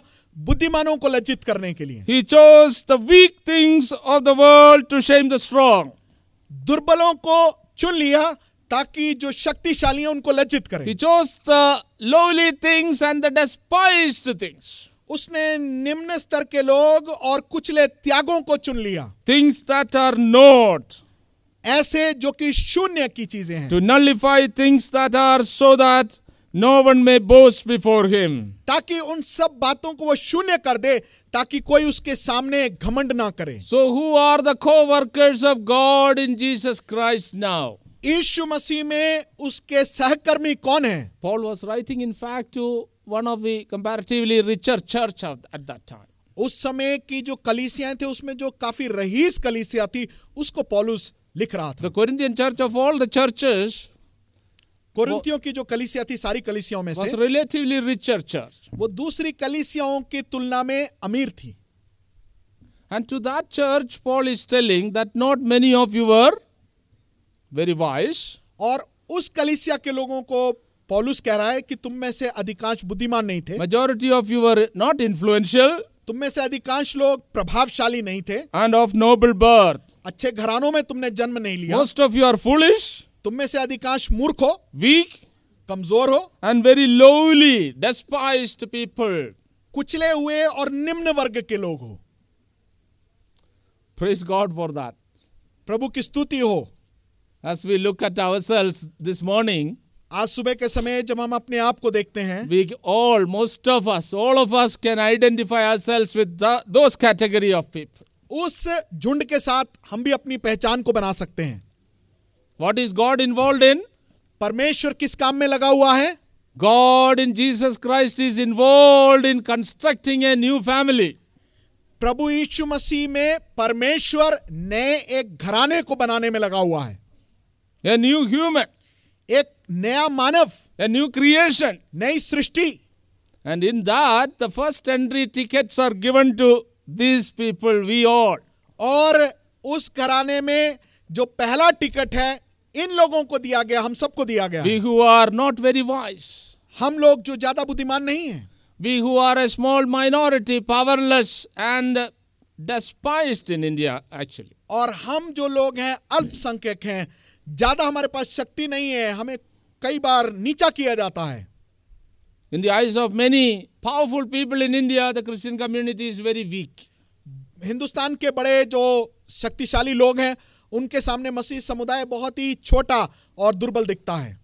Speaker 2: बुद्धिमानों को लज्जित करने के लिए
Speaker 1: He chose the weak things of the world to shame the strong.
Speaker 2: दुर्बलों को चुन लिया ताकि जो शक्तिशाली हैं उनको लज्जित
Speaker 1: He
Speaker 2: करें
Speaker 1: chose the lowly things and the despised things.
Speaker 2: उसने निम्न स्तर के लोग और कुचले त्यागों को चुन लिया
Speaker 1: Things that are not.
Speaker 2: ऐसे जो कि शून्य की चीजें हैं
Speaker 1: To nullify things that are so that no one may boast before him.
Speaker 2: ताकि उन सब बातों को वो शून्य कर दे ताकि कोई उसके सामने घमंड ना करे
Speaker 1: So, who are the co workers of God in Jesus Christ now?
Speaker 2: यीशु मसीह में उसके सहकर्मी कौन हैं
Speaker 1: Paul was writing, in fact, to one of the comparatively richer church of, at that time.
Speaker 2: उस समय की जो कलीसियाएं थे उसमें जो काफी रहीस कलीसिया थी उसको पौलुस लिख रहा था
Speaker 1: The Corinthian church of all the churches
Speaker 2: कोरिंथियों की जो कलीसिया थी सारी कलीसियाओं में
Speaker 1: was
Speaker 2: से
Speaker 1: relatively richer church.
Speaker 2: वो दूसरी कलीसियाओं की तुलना में अमीर थी
Speaker 1: And to that church, Paul is telling that not many of you were very wise.
Speaker 2: और उस कलीसिया के लोगों को पौलुस कह रहा है कि तुम में से अधिकांश बुद्धिमान नहीं थे
Speaker 1: Majority of you were not influential
Speaker 2: तुम में से अधिकांश लोग प्रभावशाली नहीं थे
Speaker 1: and of noble birth.
Speaker 2: अच्छे घरानों में तुमने जन्म नहीं लिया
Speaker 1: Most of you are foolish,
Speaker 2: तुम में से अधिकांश मूर्ख हो
Speaker 1: weak,
Speaker 2: कमजोर हो
Speaker 1: and very lowly, despised people.
Speaker 2: कुचले हुए और निम्न वर्ग के लोग हो
Speaker 1: Praise God for that.
Speaker 2: प्रभु की स्तुति हो
Speaker 1: As we look at ourselves this morning,
Speaker 2: आज सुबह के समय जब हम अपने आप को देखते हैं
Speaker 1: we all, most of us, all of us can identify ourselves with the, those category of people.
Speaker 2: उस झुंड के साथ हम भी अपनी पहचान को बना सकते हैं
Speaker 1: What is God involved in?
Speaker 2: परमेश्वर किस काम में लगा हुआ है
Speaker 1: God in Jesus Christ is involved in constructing a new family.
Speaker 2: प्रभु यीशु मसीह में परमेश्वर नए एक घराने को बनाने में लगा हुआ है
Speaker 1: a new human,
Speaker 2: एक नया मानव
Speaker 1: a new creation.
Speaker 2: नई सृष्टि
Speaker 1: And in that, the first entry tickets are given to these people, we all.
Speaker 2: और उस घराने में जो पहला टिकट है इन लोगों को दिया गया हम सबको दिया गया
Speaker 1: We who are not very wise,
Speaker 2: हम लोग जो ज्यादा बुद्धिमान नहीं हैं
Speaker 1: we who are a small minority, powerless, and despised in India, actually.
Speaker 2: और हम जो लोग हैं अल्पसंख्यक हैं ज्यादा हमारे पास शक्ति नहीं है हमें कई बार नीचा किया जाता है
Speaker 1: In the eyes of many powerful people in India, the Christian community is very weak.
Speaker 2: Hindustan के बड़े जो शक्तिशाली लोग हैं उनके सामने मसीह समुदाय बहुत ही छोटा और दुर्बल दिखता है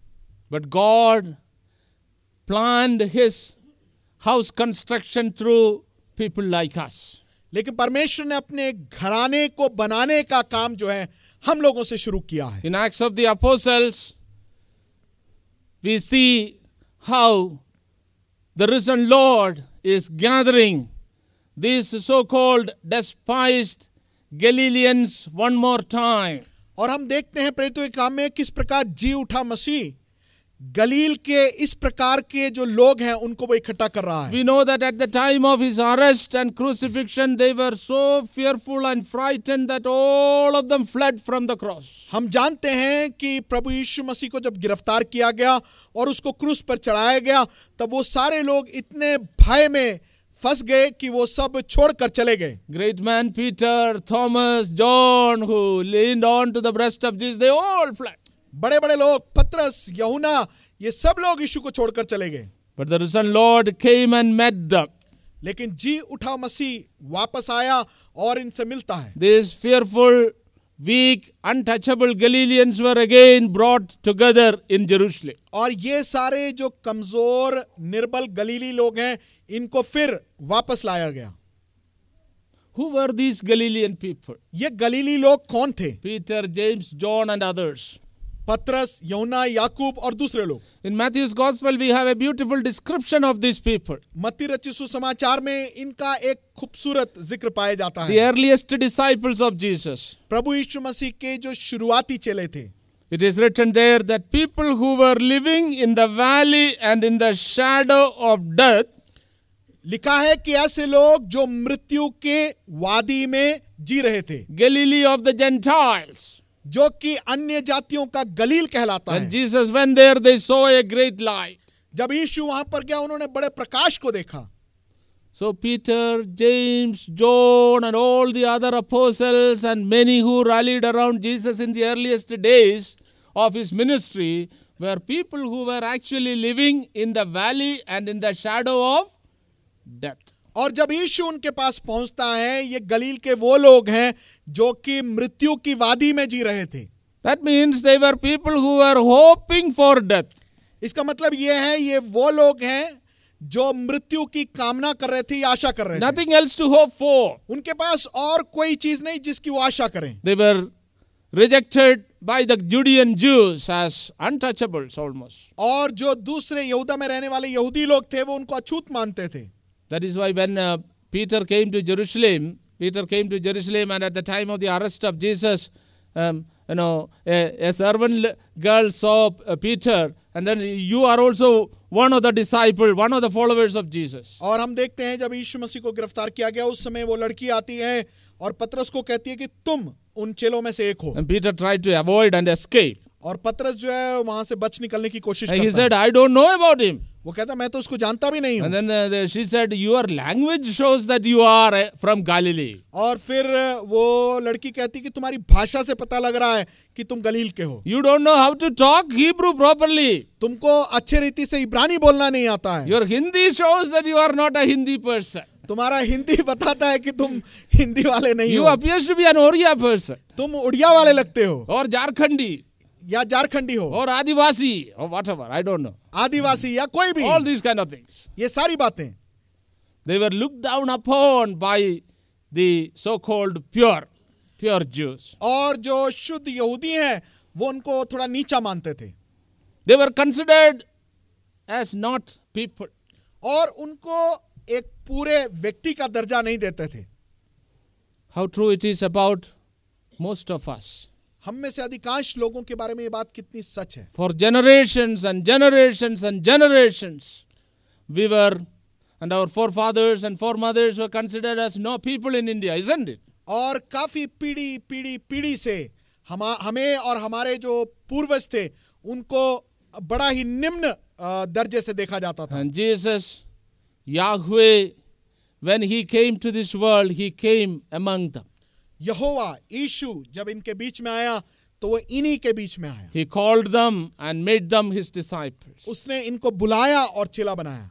Speaker 1: But God planned His house construction through people like us.
Speaker 2: लेकिन परमेश्वर ने अपने घराने को बनाने का काम जो है हम लोगों से शुरू किया है
Speaker 1: In Acts of the Apostles, we see how the risen Lord is gathering these so called despised Galileans one more time.
Speaker 2: और हम देखते हैं प्रेरितों के काम में किस प्रकार जी उठा मसीह गलील के इस प्रकार के जो लोग हैं उनको वो इकट्ठा कर रहा है
Speaker 1: We know that at the time of his arrest and crucifixion, they were so fearful and frightened that all of them fled from the cross.
Speaker 2: हम जानते हैं कि प्रभु यीशु मसीह को जब गिरफ्तार किया गया और उसको क्रूस पर चढ़ाया गया तब वो सारे लोग इतने भय में फंस गए कि वो सब छोड़कर चले गए
Speaker 1: Great man Peter, Thomas, John, who leaned on to the breast of Jesus, they all fled.
Speaker 2: बड़े बड़े लोग पतरस यहुना ये सब लोग यीशु को छोड़कर चले गए
Speaker 1: But the risen Lord came and met them.
Speaker 2: लेकिन जी उठा मसीह वापस आया और इनसे मिलता है
Speaker 1: These fearful, weak, untouchable Galileans were again brought together in Jerusalem.
Speaker 2: और ये सारे जो कमजोर निर्बल गलीली लोग हैं इनको फिर वापस लाया गया
Speaker 1: Who were these Galilean people?
Speaker 2: ये गलीली लोग कौन थे
Speaker 1: Peter, James, John, and others.
Speaker 2: पतरस यमुना याकूब और दूसरे लोग
Speaker 1: In Matthew's Gospel, we have a beautiful description of these people.
Speaker 2: मत्ती रचित सुसमाचार में इनका एक खूबसूरत जिक्र पाया जाता
Speaker 1: The
Speaker 2: है
Speaker 1: earliest disciples of Jesus.
Speaker 2: प्रभु यीशु मसीह के जो शुरुआती चेले थे
Speaker 1: It is written there that people who were living in the valley and in the shadow of death,
Speaker 2: लिखा है कि ऐसे लोग जो मृत्यु के वादी में जी रहे थे
Speaker 1: Galilee of the Gentiles.
Speaker 2: जो कि अन्य जातियों का गलील कहलाता
Speaker 1: When
Speaker 2: है
Speaker 1: Jesus went there, they saw a great light.
Speaker 2: जब यीशु वहां पर गया उन्होंने बड़े प्रकाश को देखा
Speaker 1: So Peter, James, John, and all the other apostles, and many who rallied around Jesus in the earliest days of his ministry, were people who were actually living in the valley and in the shadow of death.
Speaker 2: और जब यीशु उनके पास पहुंचता है ये गलील के वो लोग हैं जो कि मृत्यु की वादी में जी रहे थे
Speaker 1: That means they were people who were hoping for death.
Speaker 2: इसका मतलब ये है ये वो लोग हैं जो मृत्यु की कामना कर रहे थे या आशा कर रहे थे
Speaker 1: Nothing else to hope for.
Speaker 2: उनके पास और कोई चीज नहीं जिसकी वो आशा करें
Speaker 1: They were rejected by the Judean Jews as untouchables almost.
Speaker 2: और जो दूसरे यहूदा में रहने वाले यहूदी लोग थे वो उनको अछूत मानते थे
Speaker 1: That is why when uh, Peter came to Jerusalem, Peter came to Jerusalem, and at the time of the arrest of Jesus, um, you know, a, a servant l- girl saw uh, Peter, and then you are also one of the disciple, one of the followers of Jesus.
Speaker 2: और हम देखते हैं जब यीशु मसीह को गिरफ्तार किया गया उस समय वो लड़की आती है और पतरस को कहती है कि तुम उन चेलों में से एक हो
Speaker 1: And Peter tried to avoid and escape.
Speaker 2: और पतरस जो है वहां से बच निकलने की कोशिश
Speaker 1: And he
Speaker 2: करता है
Speaker 1: said, I don't know about him.
Speaker 2: वो कहता मैं तो उसको जानता भी नहीं
Speaker 1: And
Speaker 2: हूं
Speaker 1: then uh, the- she said, Your language shows that you are uh, from Galilee.
Speaker 2: और फिर वो लड़की कहती कि तुम्हारी भाषा से पता लग रहा है कि तुम गलील के हो
Speaker 1: You don't know how to talk Hebrew properly.
Speaker 2: तुमको अच्छे रीति से इब्रानी बोलना नहीं आता है
Speaker 1: Your Hindi shows that you are not a Hindi person.
Speaker 2: तुम्हारा हिंदी बताता है कि तुम हिंदी वाले नहीं
Speaker 1: You
Speaker 2: हो
Speaker 1: appears to be an Oriya person.
Speaker 2: तुम उड़िया वाले लगते हो
Speaker 1: or Jharkhandi
Speaker 2: या झारखंडी हो
Speaker 1: or Adivasi or whatever, I don't know.
Speaker 2: Adivasi या कोई भी
Speaker 1: All these kind of things.
Speaker 2: ये सारी बातें
Speaker 1: They were looked down upon by the so called pure, pure Jews.
Speaker 2: और जो शुद्ध यहूदी हैं वो उनको थोड़ा नीचा मानते थे
Speaker 1: They were considered as not people.
Speaker 2: और उनको एक पूरे व्यक्ति का दर्जा नहीं देते थे
Speaker 1: How true it is about most of us.
Speaker 2: हम में से अधिकांश लोगों के बारे में ये बात कितनी सच है
Speaker 1: For generations and generations and generations, we were, and our forefathers and foremothers were considered as no people in India, isn't it?
Speaker 2: और काफी पीढ़ी पीढ़ी पीढ़ी से हम हमें और हमारे जो पूर्वज थे उनको बड़ा ही निम्न अ, दर्जे से देखा जाता था
Speaker 1: And Jesus, Yahweh, when he came to this world, he came among them.
Speaker 2: यहोवा यीशु जब इनके बीच में आया तो वो इन्हीं के बीच में आया
Speaker 1: He called them and made them his disciples.
Speaker 2: उसने इनको बुलाया और चेला बनाया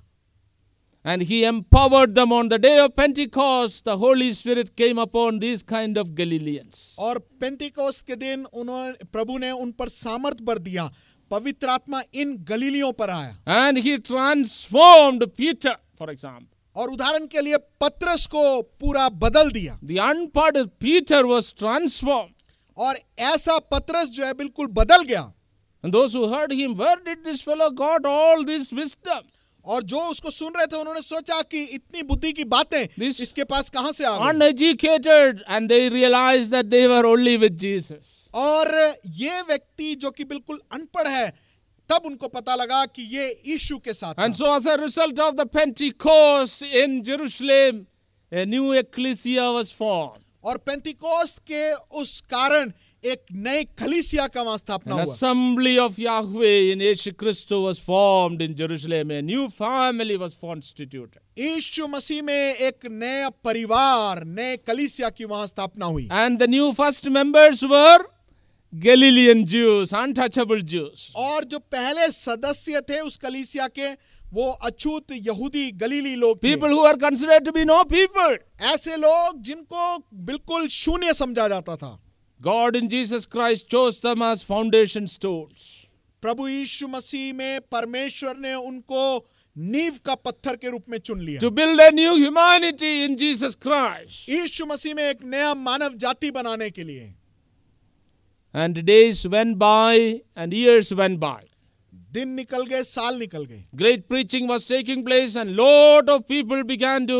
Speaker 1: And he empowered them on the day of Pentecost. The Holy Spirit came upon these kind of Galileans.
Speaker 2: और पेंतिकोस के दिन उन्होंने प्रभु ने उन पर सामर्थ बर दिया पवित्र आत्मा इन गलीलियों पर आया
Speaker 1: And he transformed Peter, for example.
Speaker 2: और उदाहरण के लिए पत्रस को पूरा बदल दिया
Speaker 1: The unparted Peter was transformed.
Speaker 2: और ऐसा पत्रस जो है बिल्कुल बदल गया
Speaker 1: And those who heard him, where did this fellow got all this wisdom?
Speaker 2: और जो उसको सुन रहे थे उन्होंने सोचा कि इतनी बुद्धि की बातें
Speaker 1: This-
Speaker 2: इसके पास कहां से आ गई
Speaker 1: Uneducated, and they realized that they were only with Jesus.
Speaker 2: और ये व्यक्ति जो कि बिल्कुल अनपढ़ है तब उनको पता लगा कि ये यीशु के साथ
Speaker 1: And
Speaker 2: था।
Speaker 1: so, as a result of the Pentecost in Jerusalem, a new ecclesia was formed.
Speaker 2: और पेंतिकोस्त के उस कारण एक नए खलीसिया का वहां स्थापना
Speaker 1: An
Speaker 2: हुआ
Speaker 1: assembly of Yahweh in Yeshu Christo was formed in Jerusalem. A new family was constituted.
Speaker 2: यीशु मसीह में एक नया परिवार नए कलीसिया की वहां स्थापना हुई
Speaker 1: And the new first members were Galilean Jews, untouchable Jews.
Speaker 2: और जो पहले सदस्य थे उस कलीसिया के वो अछूत यहूदी गलीली लोग थे।
Speaker 1: People who are considered to be no people.
Speaker 2: ऐसे लोग जिनको बिल्कुल शून्य समझा जाता था
Speaker 1: God in Jesus Christ chose them as foundation stones.
Speaker 2: प्रभु यीशु मसीह में परमेश्वर ने उनको नींव का पत्थर के रूप में चुन लिया
Speaker 1: To build a new humanity in Jesus Christ.
Speaker 2: यीशु मसीह में एक नया मानव जाति बनाने के लिए
Speaker 1: And days went by and years went by.
Speaker 2: दिन निकल गए साल निकल गए
Speaker 1: Great preaching was taking place and lot of people began to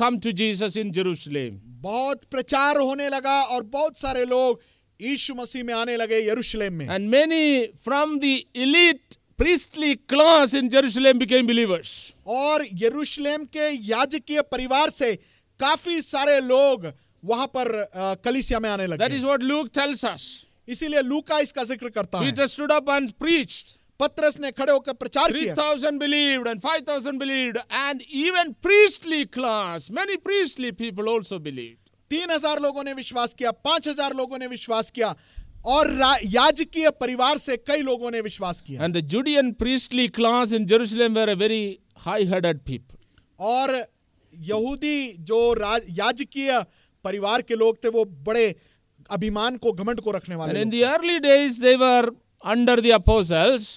Speaker 1: come to Jesus in Jerusalem.
Speaker 2: बहुत प्रचार होने लगा और बहुत सारे लोग यीशु मसीह में आने लगे यरूशलेम में
Speaker 1: And many from the elite priestly class in Jerusalem became believers.
Speaker 2: और यरूशलेम के याजकीय परिवार से काफी सारे लोग वहां पर अ, कलीसिया में आने
Speaker 1: That
Speaker 2: लगे
Speaker 1: is what Luke tells us.
Speaker 2: इसीलिए लूका इसका जिक्र करता है
Speaker 1: Peter stood up and preached.
Speaker 2: पत्रस ने खड़े होकर प्रचार किया
Speaker 1: 3,000 believed and 5,000 believed, and even priestly class, many priestly people also believed.
Speaker 2: तीन हजार लोगों ने विश्वास किया पांच हजार लोगों ने विश्वास किया और रा- याजकीय परिवार से कई लोगों ने विश्वास किया
Speaker 1: And the Judean priestly class in Jerusalem were a very high headed people.
Speaker 2: और यहूदी जो राज- याजकीय परिवार के लोग थे वो बड़े अभिमान को घमंड को रखने वाले
Speaker 1: And in
Speaker 2: लोग।
Speaker 1: the early days, they were under the apostles,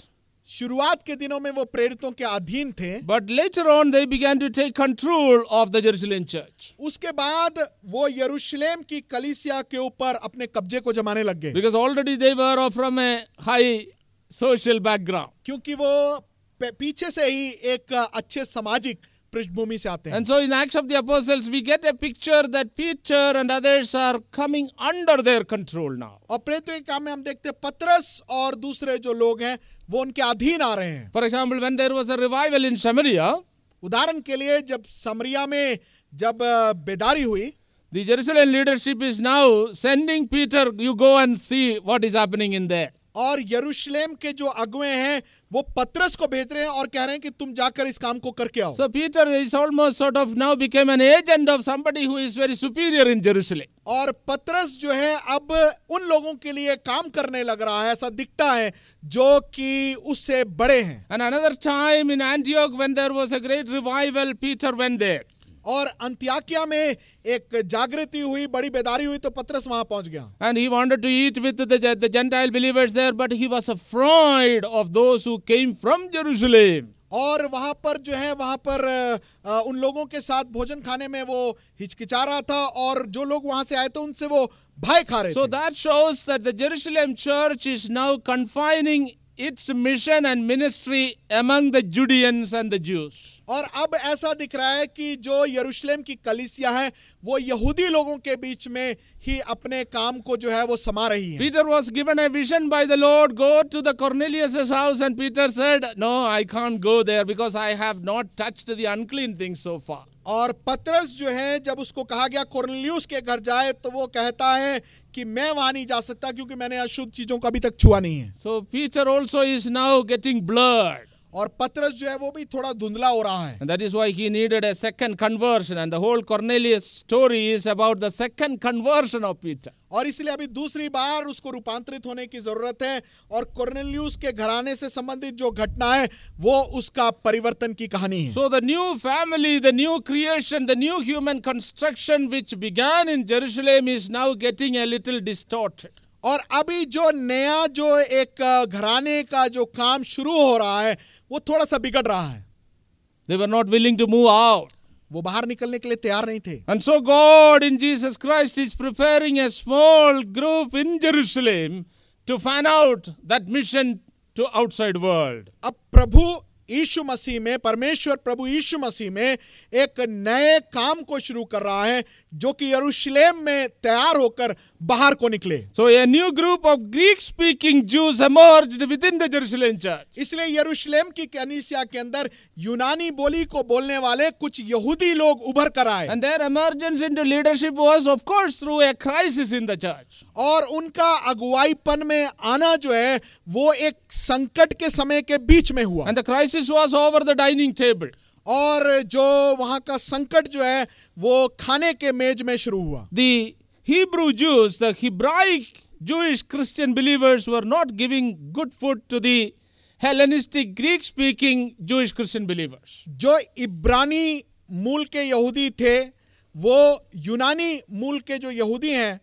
Speaker 2: शुरुआत के दिनों में वो प्रेरितों के अधीन थे
Speaker 1: but later on, they began to take control of the Jerusalem church.
Speaker 2: उसके बाद वो यरूशलेम की कलीसिया के ऊपर अपने कब्जे को जमाने लग गए
Speaker 1: Because already they were from a high social background.
Speaker 2: क्योंकि वो पे- पीछे से ही एक अच्छे सामाजिक पृष्ठभूमि से आते हैं
Speaker 1: And so in Acts of the Apostles, we get a picture that Peter and others are coming under their control now.
Speaker 2: और प्रेरितों के काम में हम देखते हैं पतरस और दूसरे जो लोग हैं वो उनके अधीन आ रहे हैं
Speaker 1: For example, when there was a revival in Samaria,
Speaker 2: उदाहरण के लिए जब समरिया में जब अ, बेदारी हुई
Speaker 1: the Jerusalem leadership is now sending Peter, you go and see what is happening in there.
Speaker 2: और यरूशलेम के जो अगुए हैं वो पतरस को भेज रहे हैं और कह रहे हैं कि तुम जाकर इस काम को करके आओ
Speaker 1: So Peter is almost sort of now became an agent of somebody who is very superior in Jerusalem.
Speaker 2: और पतरस जो है अब उन लोगों के लिए काम करने लग रहा है ऐसा दिखता है जो कि उससे बड़े हैं
Speaker 1: And another time in Antioch, when there was a great revival, Peter went there.
Speaker 2: और अंत्याकिया में एक जागृति हुई बड़ी बेदारी हुई तो पतरस वहां पहुंच गया
Speaker 1: And he wanted to eat with the, the Gentile believers there, but he was afraid of those who came from Jerusalem.
Speaker 2: और वहां पर जो है वहां पर अ, अ, उन लोगों के साथ भोजन खाने में वो हिचकिचा रहा था और जो लोग वहां से आए थे उनसे वो भय खा रहे
Speaker 1: So
Speaker 2: थे
Speaker 1: that shows that the Jerusalem church is now confining its mission and ministry among the Judeans and the Jews.
Speaker 2: और अब ऐसा दिख रहा है कि जो यरूशलेम की कलीसिया है वो यहूदी लोगों के बीच में ही अपने काम को जो है वो समा रही है
Speaker 1: Peter was given a vision by the Lord go to the Cornelius' house, and Peter said, No, I can't go there because I have not touched the unclean things so far.
Speaker 2: और पतरस जो है जब उसको कहा गया कोर्नलियस के घर जाए तो वो कहता है कि मैं वहां नहीं जा सकता क्योंकि मैंने अशुद्ध चीजों को अभी तक छुआ नहीं है
Speaker 1: So Peter also is now getting blurred.
Speaker 2: और पतरस जो है वो भी थोड़ा धुंधला हो रहा है
Speaker 1: And that is why he needed a second conversion. And the whole Cornelius story is about the second conversion of Peter.
Speaker 2: और इसलिए अभी दूसरी बार उसको रूपांतरित होने की जरूरत है और कोर्नेलियस के घराने से संबंधित जो घटना है वो उसका परिवर्तन की कहानी है
Speaker 1: So the new family, the new creation, the new human construction which began in Jerusalem is now getting a little distorted.
Speaker 2: और अभी जो नया जो एक अ, घराने का जो काम शुरू हो रहा है वो थोड़ा सा बिगड़ रहा है
Speaker 1: They were not willing to move out.
Speaker 2: वो बाहर निकलने के लिए तैयार नहीं थे
Speaker 1: And so God in Jesus Christ is preparing a small group in Jerusalem to fan out that mission to outside world.
Speaker 2: अब प्रभु यीशु मसीह में परमेश्वर प्रभु यीशु मसीह में एक नए काम को शुरू कर रहा है जो कि यरूशलेम में तैयार होकर बाहर को निकले
Speaker 1: So a new group of Greek speaking Jews emerged within the Jerusalem church.
Speaker 2: इसलिए यरूशलेम की कनीसिया के अंदर यूनानी बोली को बोलने वाले कुछ यहूदी लोग उभर कर आए
Speaker 1: And their emergence into leadership was, of course, through a crisis in the church.
Speaker 2: और उनका अगुवाईपन में आना जो है वो एक संकट के समय के बीच में हुआ
Speaker 1: And the crisis was over the dining table.
Speaker 2: और जो वहां का संकट जो है वो खाने के मेज में शुरू हुआ
Speaker 1: The Hebrew Jews, the Hebraic Jewish Christian believers, were not giving good food to the Hellenistic Greek speaking Jewish Christian believers.
Speaker 2: जो इब्रानी मूल के यहूदी थे वो यूनानी मूल के जो यहूदी हैं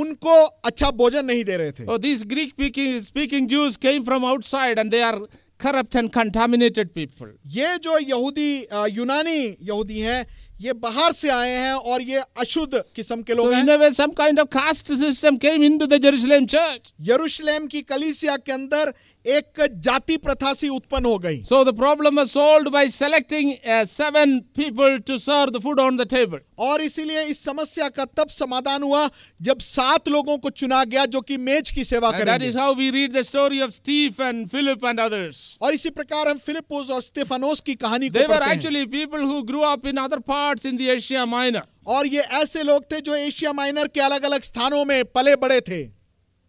Speaker 2: उनको अच्छा भोजन नहीं दे रहे थे
Speaker 1: So Oh, these Greek speaking, speaking Jews came from outside and they are corrupt and contaminated people.
Speaker 2: ये जो यहूदी अ, यूनानी यहूदी हैं ये बाहर से आए हैं और ये अशुद्ध किस्म के
Speaker 1: So,
Speaker 2: लोग
Speaker 1: in
Speaker 2: हैं
Speaker 1: a way, some kind of caste system came into the Jerusalem church.
Speaker 2: यरूशलेम की कलीसिया के अंदर एक जाति प्रथा सी उत्पन्न हो गई
Speaker 1: So, the problem was solved by selecting uh, seven people to serve the food on the table.
Speaker 2: और इसीलिए इस समस्या का तब समाधान हुआ जब सात लोगों को चुना गया जो कि मेज की सेवा
Speaker 1: And that
Speaker 2: करेंगे
Speaker 1: is how we read the story of Stephen, Philip, and others.
Speaker 2: और इसी प्रकार हम फिलिपोस और स्टेफानोस की कहानी को
Speaker 1: They were
Speaker 2: पढ़ते हैं।
Speaker 1: actually people who grew up in other parts in the Asia Minor.
Speaker 2: और ये ऐसे लोग थे जो एशिया माइनर के अलग अलग स्थानों में पले बड़े थे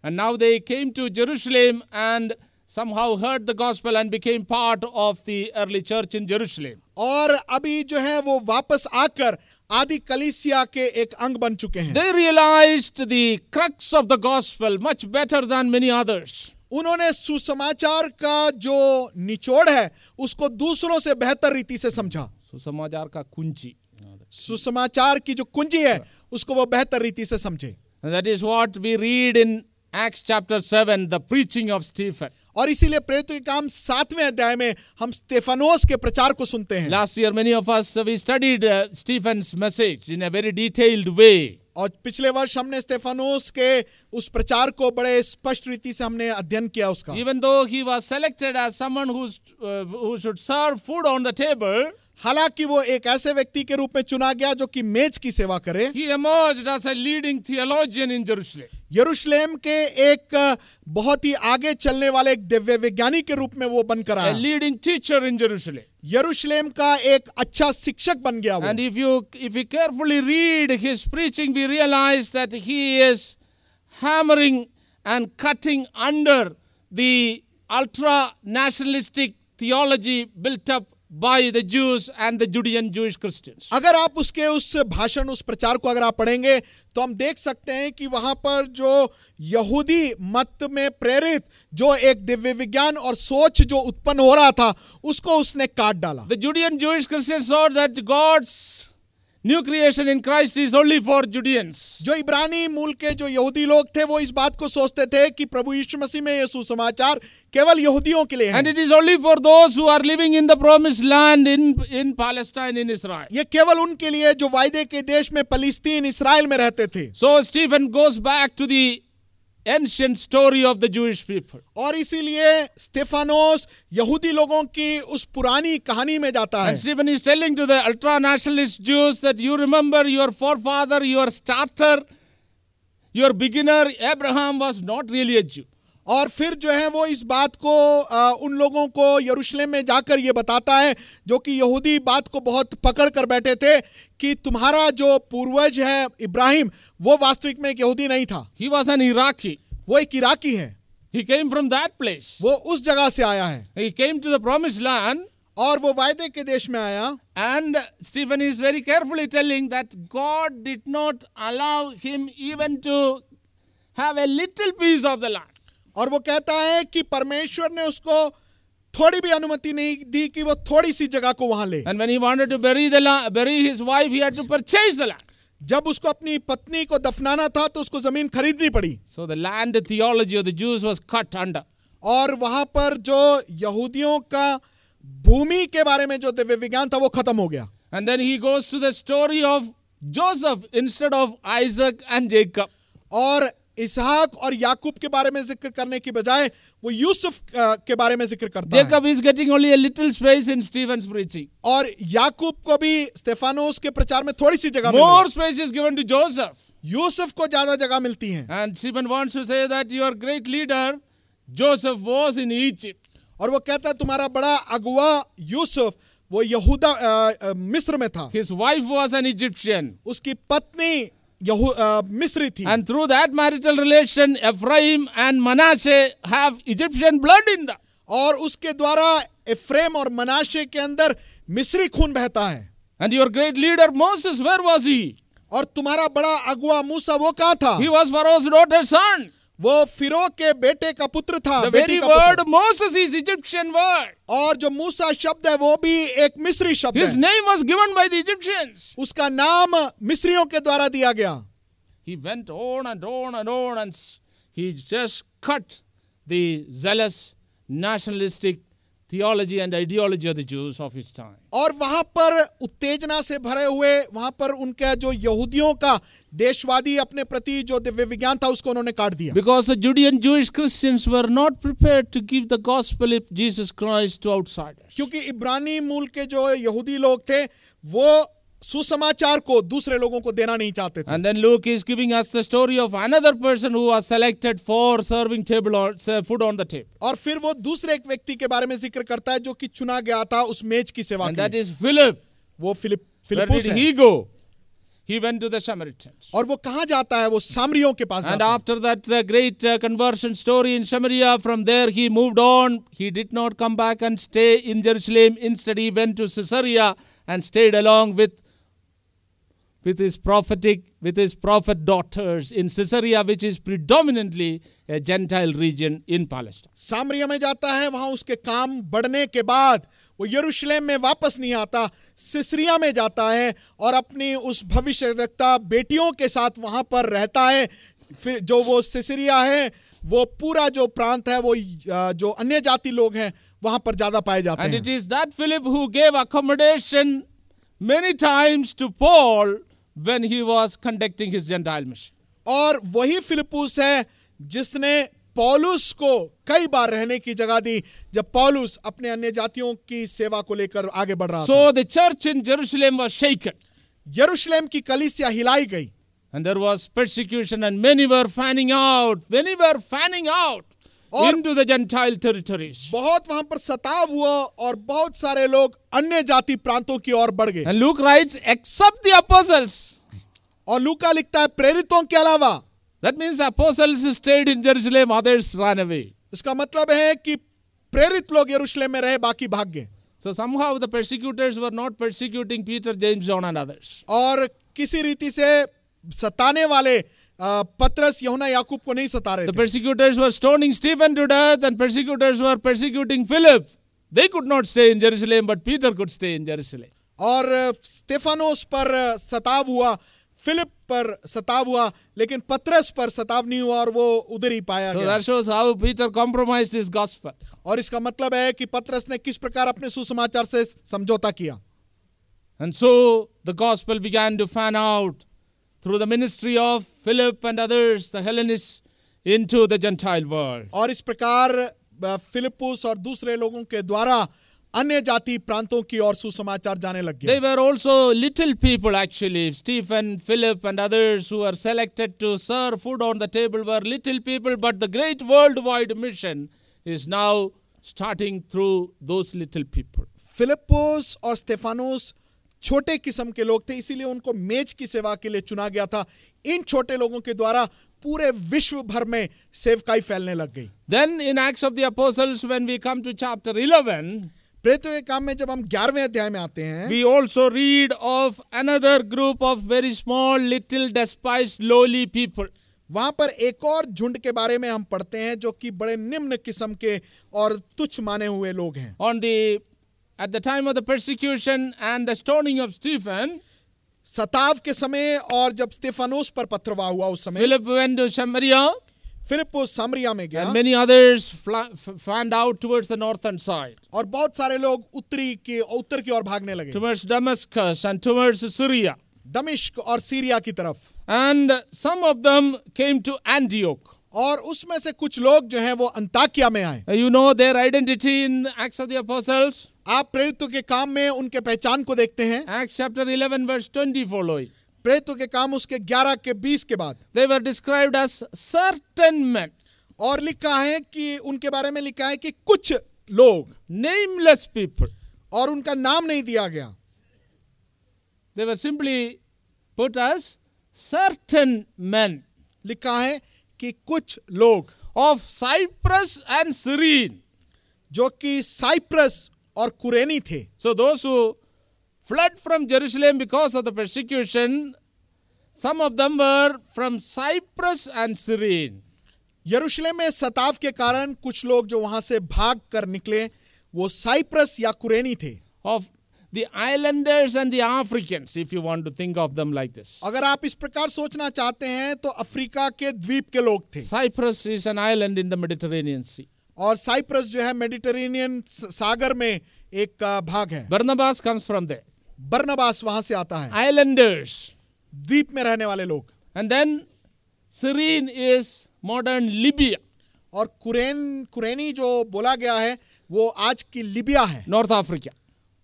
Speaker 1: And now they came to Jerusalem and somehow heard the gospel and became part of the early church in Jerusalem.
Speaker 2: और अभी जो है वो वापस आकर आदि कलीसिया के एक अंग बन चुके हैं
Speaker 1: They realized the crux of the gospel much better than many others.
Speaker 2: उन्होंने सुसमाचार का जो निचोड़ है उसको दूसरों से बेहतर रीति से समझा
Speaker 1: सुसमाचार का कुंजी
Speaker 2: सुसमाचार की जो कुंजी है उसको वो बेहतर रीति से समझे
Speaker 1: And that is what we read in Acts chapter 7, the preaching of Stephen.
Speaker 2: और इसीलिए प्रेरित के काम सातवें अध्याय में हम स्तेफानोस के प्रचार को सुनते हैं
Speaker 1: Last year, many of us uh, we studied uh, Stephen's message in a very detailed way.
Speaker 2: और पिछले वर्ष हमने स्तेफानोस के उस प्रचार को बड़े स्पष्ट रीति से हमने अध्ययन किया उसका
Speaker 1: Even though he was selected as someone who's, uh, who should serve food on the table,
Speaker 2: हालांकि वो एक ऐसे व्यक्ति के रूप में चुना गया जो कि मेज की सेवा करे
Speaker 1: he emerged as a leading theologian in Jerusalem.
Speaker 2: यरूशलेम के एक अ, बहुत ही आगे चलने वाले एक दिव्य विज्ञानी के रूप में वो बनकर
Speaker 1: a
Speaker 2: आया
Speaker 1: leading teacher in Jerusalem.
Speaker 2: यरूशलेम का एक अच्छा शिक्षक बन गया
Speaker 1: And
Speaker 2: वो
Speaker 1: if you if we carefully read his preaching, we realize that he is hammering and cutting under the ultra nationalistic theology built up by the Jews and the Judean Jewish Christians.
Speaker 2: अगर आप उसके उस भाषण उस प्रचार को अगर आप पढ़ेंगे तो हम देख सकते हैं कि वहां पर जो यहूदी मत में प्रेरित जो एक दिव्य विज्ञान और सोच जो उत्पन्न हो रहा था उसको उसने काट डाला
Speaker 1: The Judean Jewish Christians saw that God's new creation in Christ is only for Judeans.
Speaker 2: जो इब्रानी मूल के जो यहूदी लोग थे वो इस बात को सोचते थे कि प्रभु यीशु मसीह में यह सुसमाचार केवल यहूदियों के लिए है
Speaker 1: And it is only for those who are living in the promised land in, in Palestine, in Israel.
Speaker 2: ये केवल उनके लिए जो वायदे के देश में फलिस्तीन इसराइल में रहते थे
Speaker 1: So Stephen goes back to the ancient story of the Jewish people.
Speaker 2: और इसीलिए स्टेफानोस यहूदी लोगों की उस पुरानी कहानी में जाता है
Speaker 1: And Stephen is telling to the ultra nationalist Jews that you remember your forefather, your starter, your beginner, Abraham was not really a Jew.
Speaker 2: और फिर जो है वो इस बात को अ, उन लोगों को यरूशलेम में जाकर ये बताता है जो कि यहूदी बात को बहुत पकड़ कर बैठे थे कि तुम्हारा जो पूर्वज है इब्राहिम वो वास्तविक में एक यहूदी नहीं था
Speaker 1: He was an Iraqi.
Speaker 2: वो एक इराकी है
Speaker 1: He came from that place.
Speaker 2: वो उस जगह से आया है
Speaker 1: He came to the promised land.
Speaker 2: और वो वायदे के देश में आया
Speaker 1: And Stephen is very carefully telling that God did not allow him even to have a little piece of the land.
Speaker 2: और वो कहता है कि परमेश्वर ने उसको थोड़ी भी अनुमति नहीं दी कि वो थोड़ी सी जगह को वहां ले
Speaker 1: And when he wanted to bury the la- bury his wife, he had to purchase the land.
Speaker 2: जब उसको अपनी पत्नी को दफनाना था तो उसको जमीन खरीदनी पड़ी
Speaker 1: So the land theology of the Jews was cut under.
Speaker 2: और वहां पर जो यहूदियों का भूमि के बारे में जो दिव्य विज्ञान था वो खत्म हो गया
Speaker 1: And then he goes to the story of Joseph instead of Isaac and Jacob.
Speaker 2: और इसहाक और याकूब के बारे में जिक्र करने की बजाय वो यूसुफ अ, के बारे में जिक्र करता है
Speaker 1: Jacob is getting only a little space in Stephen's preaching.
Speaker 2: और याकूब को भी स्टेफानोस के प्रचार में थोड़ी सी जगह मिल
Speaker 1: More
Speaker 2: रही।
Speaker 1: space is given to Joseph.
Speaker 2: Yusuf को ज्यादा जगह मिलती है
Speaker 1: And Stephen wants to say that your great leader, Joseph, was in Egypt.
Speaker 2: और वो कहता है तुम्हारा बड़ा अगुआ यूसुफ वो यहूदा अ, अ, मिस्र में था
Speaker 1: His wife was an Egyptian.
Speaker 2: उसकी पत्नी यहू अ, मिस्री थी
Speaker 1: And through that marital relation, Ephraim and Manasseh have Egyptian blood in them.
Speaker 2: और उसके द्वारा इफ्रेम और मनाशे के अंदर मिस्री खून बहता है
Speaker 1: And your great leader Moses, where was he?
Speaker 2: और तुम्हारा बड़ा अगुआ मूसा वो कहा था
Speaker 1: He was Pharaoh's daughter's son.
Speaker 2: वो फिरो के बेटे का पुत्र था
Speaker 1: The
Speaker 2: बेटी
Speaker 1: very
Speaker 2: का पुत्र।
Speaker 1: word Moses is Egyptian word.
Speaker 2: और जो मूसा शब्द है वो भी एक मिस्री शब्द
Speaker 1: His
Speaker 2: है
Speaker 1: name was given by the Egyptians.
Speaker 2: उसका नाम मिस्रियों के द्वारा दिया गया
Speaker 1: He went on and on and on and s- he just cut the zealous nationalistic theology and ideology of the Jews of his time.
Speaker 2: और वहां पर उत्तेजना से भरे हुए वहां पर उनका जो यहूदियों का देशवादी अपने प्रति जो दिव्य विज्ञान था उसको उन्होंने काट दिया
Speaker 1: Because the Judean Jewish Christians were not prepared to give the gospel of Jesus Christ to outsiders.
Speaker 2: क्योंकि इब्रानी मूल के जो यहूदी लोग थे वो सुसमाचार को दूसरे लोगों को देना नहीं चाहते थे
Speaker 1: And then Luke is giving us the story of another person who was selected for serving table or ser- food on the table.
Speaker 2: और फिर वो दूसरे एक व्यक्ति के बारे में जिक्र करता है जो कि चुना गया था उस मेज की सेवा
Speaker 1: And
Speaker 2: के
Speaker 1: that
Speaker 2: लिए।
Speaker 1: is Philip.
Speaker 2: वो फिलिप
Speaker 1: Where
Speaker 2: फिलिपुस
Speaker 1: did
Speaker 2: है।
Speaker 1: he go? he went to the Samaritans.
Speaker 2: और वो कहाँ जाता है वो सामरियों के पास
Speaker 1: And
Speaker 2: जाता है।
Speaker 1: after that uh, great uh, conversion story in Samaria, from there he moved on. He did not come back and stay in Jerusalem. Instead, he went to Caesarea and stayed along with, with his prophetic, with his prophet daughters in Caesarea, which is predominantly a Gentile region in Palestine.
Speaker 2: सामरिया में जाता है वहां उसके काम बढ़ने के बाद वो यरूशलेम में वापस नहीं आता सिसरिया में जाता है और अपनी उस भविष्यवक्ता बेटियों के साथ वहां पर रहता है फिर जो वो सिसरिया है वो पूरा जो प्रांत है वो अ, जो अन्य जाति लोग हैं वहां पर ज्यादा पाए जाते
Speaker 1: And
Speaker 2: हैं
Speaker 1: it is that Philip who gave accommodation many times to Paul when he was conducting his Gentile mission.
Speaker 2: और वही फिलिपुस है जिसने पौलुस को कई बार रहने की जगह दी जब पौलुस अपने अन्य जातियों की सेवा को लेकर आगे बढ़ रहा था
Speaker 1: So the church in Jerusalem was shaken,
Speaker 2: यरूशलेम की कलीसिया हिलाई गई
Speaker 1: and there was persecution, and many were fanning out, many were fanning out
Speaker 2: Or-
Speaker 1: into the Gentile territories.
Speaker 2: बहुत वहां पर सताव हुआ और बहुत सारे लोग अन्य जाति प्रांतों की ओर बढ़ गए
Speaker 1: And Luke writes, except the apostles.
Speaker 2: और लूका लिखता है प्रेरितों के अलावा
Speaker 1: That means apostles stayed in Jerusalem, others ran away.
Speaker 2: इसका मतलब है कि प्रेरित लोग यरूशलेम में रहे बाकी भाग गए
Speaker 1: So somehow the persecutors were not persecuting Peter, James, John, and others.
Speaker 2: और किसी रीति से सताने वाले अ, पतरस यहुना याकूब को नहीं सता रहे
Speaker 1: The
Speaker 2: थे
Speaker 1: persecutors were stoning Stephen to death, and persecutors were persecuting Philip. They could not stay in Jerusalem, but Peter could stay in Jerusalem.
Speaker 2: और अ, स्टेफानोस पर अ, सताव हुआ फिलिप पर सताव हुआ लेकिन पतरस पर सताव नहीं हुआ और वो उधर ही पाया
Speaker 1: So
Speaker 2: गया
Speaker 1: that shows how Peter compromised his gospel.
Speaker 2: और इसका मतलब है कि पतरस ने किस प्रकार अपने सुसमाचार से समझौता किया
Speaker 1: And so the gospel began to fan out through the ministry of Philip and others, the Hellenists, into the Gentile world.
Speaker 2: और इस प्रकार अ, फिलिपुस और दूसरे लोगों के द्वारा अन्य जाति प्रांतों की ओर सुसमाचार जाने लग
Speaker 1: They
Speaker 2: गया
Speaker 1: were also little people, actually. Stephen, Philip, and others who were selected to serve food on the table were little people, but the great worldwide mission is now starting through those little people.
Speaker 2: Philip और Stefanos छोटे किस्म के लोग थे इसीलिए उनको मेज की सेवा के लिए चुना गया था इन छोटे लोगों के द्वारा पूरे विश्व भर में सेवकाई फैलने लग गई
Speaker 1: Then in Acts of the Apostles, when we come to chapter 11,
Speaker 2: प्रेरितों के काम में जब हम ग्यारहवें अध्याय में आते हैं
Speaker 1: we also read of another group of very small, little, despised, lowly people.
Speaker 2: वहां पर एक और झुंड के बारे में हम पढ़ते हैं जो कि बड़े निम्न किस्म के और तुच्छ माने हुए लोग हैं
Speaker 1: On the at the time of the persecution and the stoning of Stephen,
Speaker 2: सताव के समय और जब स्टेफानोस पर पथरवा हुआ उस समय
Speaker 1: Philip went to Samaria.
Speaker 2: Philip वो सामरिया में
Speaker 1: And
Speaker 2: गया
Speaker 1: many others fla- f- fanned out towards the northern side,
Speaker 2: और बहुत सारे लोग उत्तरी की उत्तर की ओर भागने लगे
Speaker 1: towards Damascus and towards Syria.
Speaker 2: दमिश्क और सीरिया की तरफ
Speaker 1: And some of them came to Antioch.
Speaker 2: और उसमें से कुछ लोग जो हैं वो अंताकिया में आए
Speaker 1: Uh, You know their identity in Acts of the Apostles,
Speaker 2: आप प्रेरितों के काम में उनके पहचान को देखते हैं
Speaker 1: Acts chapter 11, verse 20 following.
Speaker 2: प्रेरितों के काम उसके 11 के 20 के बाद
Speaker 1: They were described as certain men,
Speaker 2: और लिखा है कि उनके बारे में लिखा है कि कुछ लोग
Speaker 1: nameless people.
Speaker 2: और उनका नाम नहीं दिया गया
Speaker 1: They were simply put as certain men
Speaker 2: लिखा है कि कुछ लोग
Speaker 1: of Cyprus and Cyrene.
Speaker 2: जो कि साइप्रस और कुरेनी थे
Speaker 1: So those who fled from Jerusalem because of the persecution, some of them were from Cyprus and Cyrene.
Speaker 2: यरूशलेम में सताव के कारण कुछ लोग जो वहां से भाग कर निकले वो साइप्रस या कुरेनी थे
Speaker 1: Of the islanders and the Africans, if you want to think of them like this.
Speaker 2: अगर आप इस प्रकार सोचना चाहते हैं तो अफ्रीका के द्वीप के लोग थे
Speaker 1: Cyprus is an island in the Mediterranean Sea.
Speaker 2: और साइप्रस जो है मेडिटेरेनियन सागर में एक आ, भाग है
Speaker 1: Barnabas comes from there.
Speaker 2: बरनबास वहां से आता है
Speaker 1: Islanders.
Speaker 2: द्वीप में रहने वाले लोग
Speaker 1: And then Cyrene is modern Libya,
Speaker 2: और कुरेन कुरेनी जो बोला गया है वो आज की लिबिया है
Speaker 1: North Africa.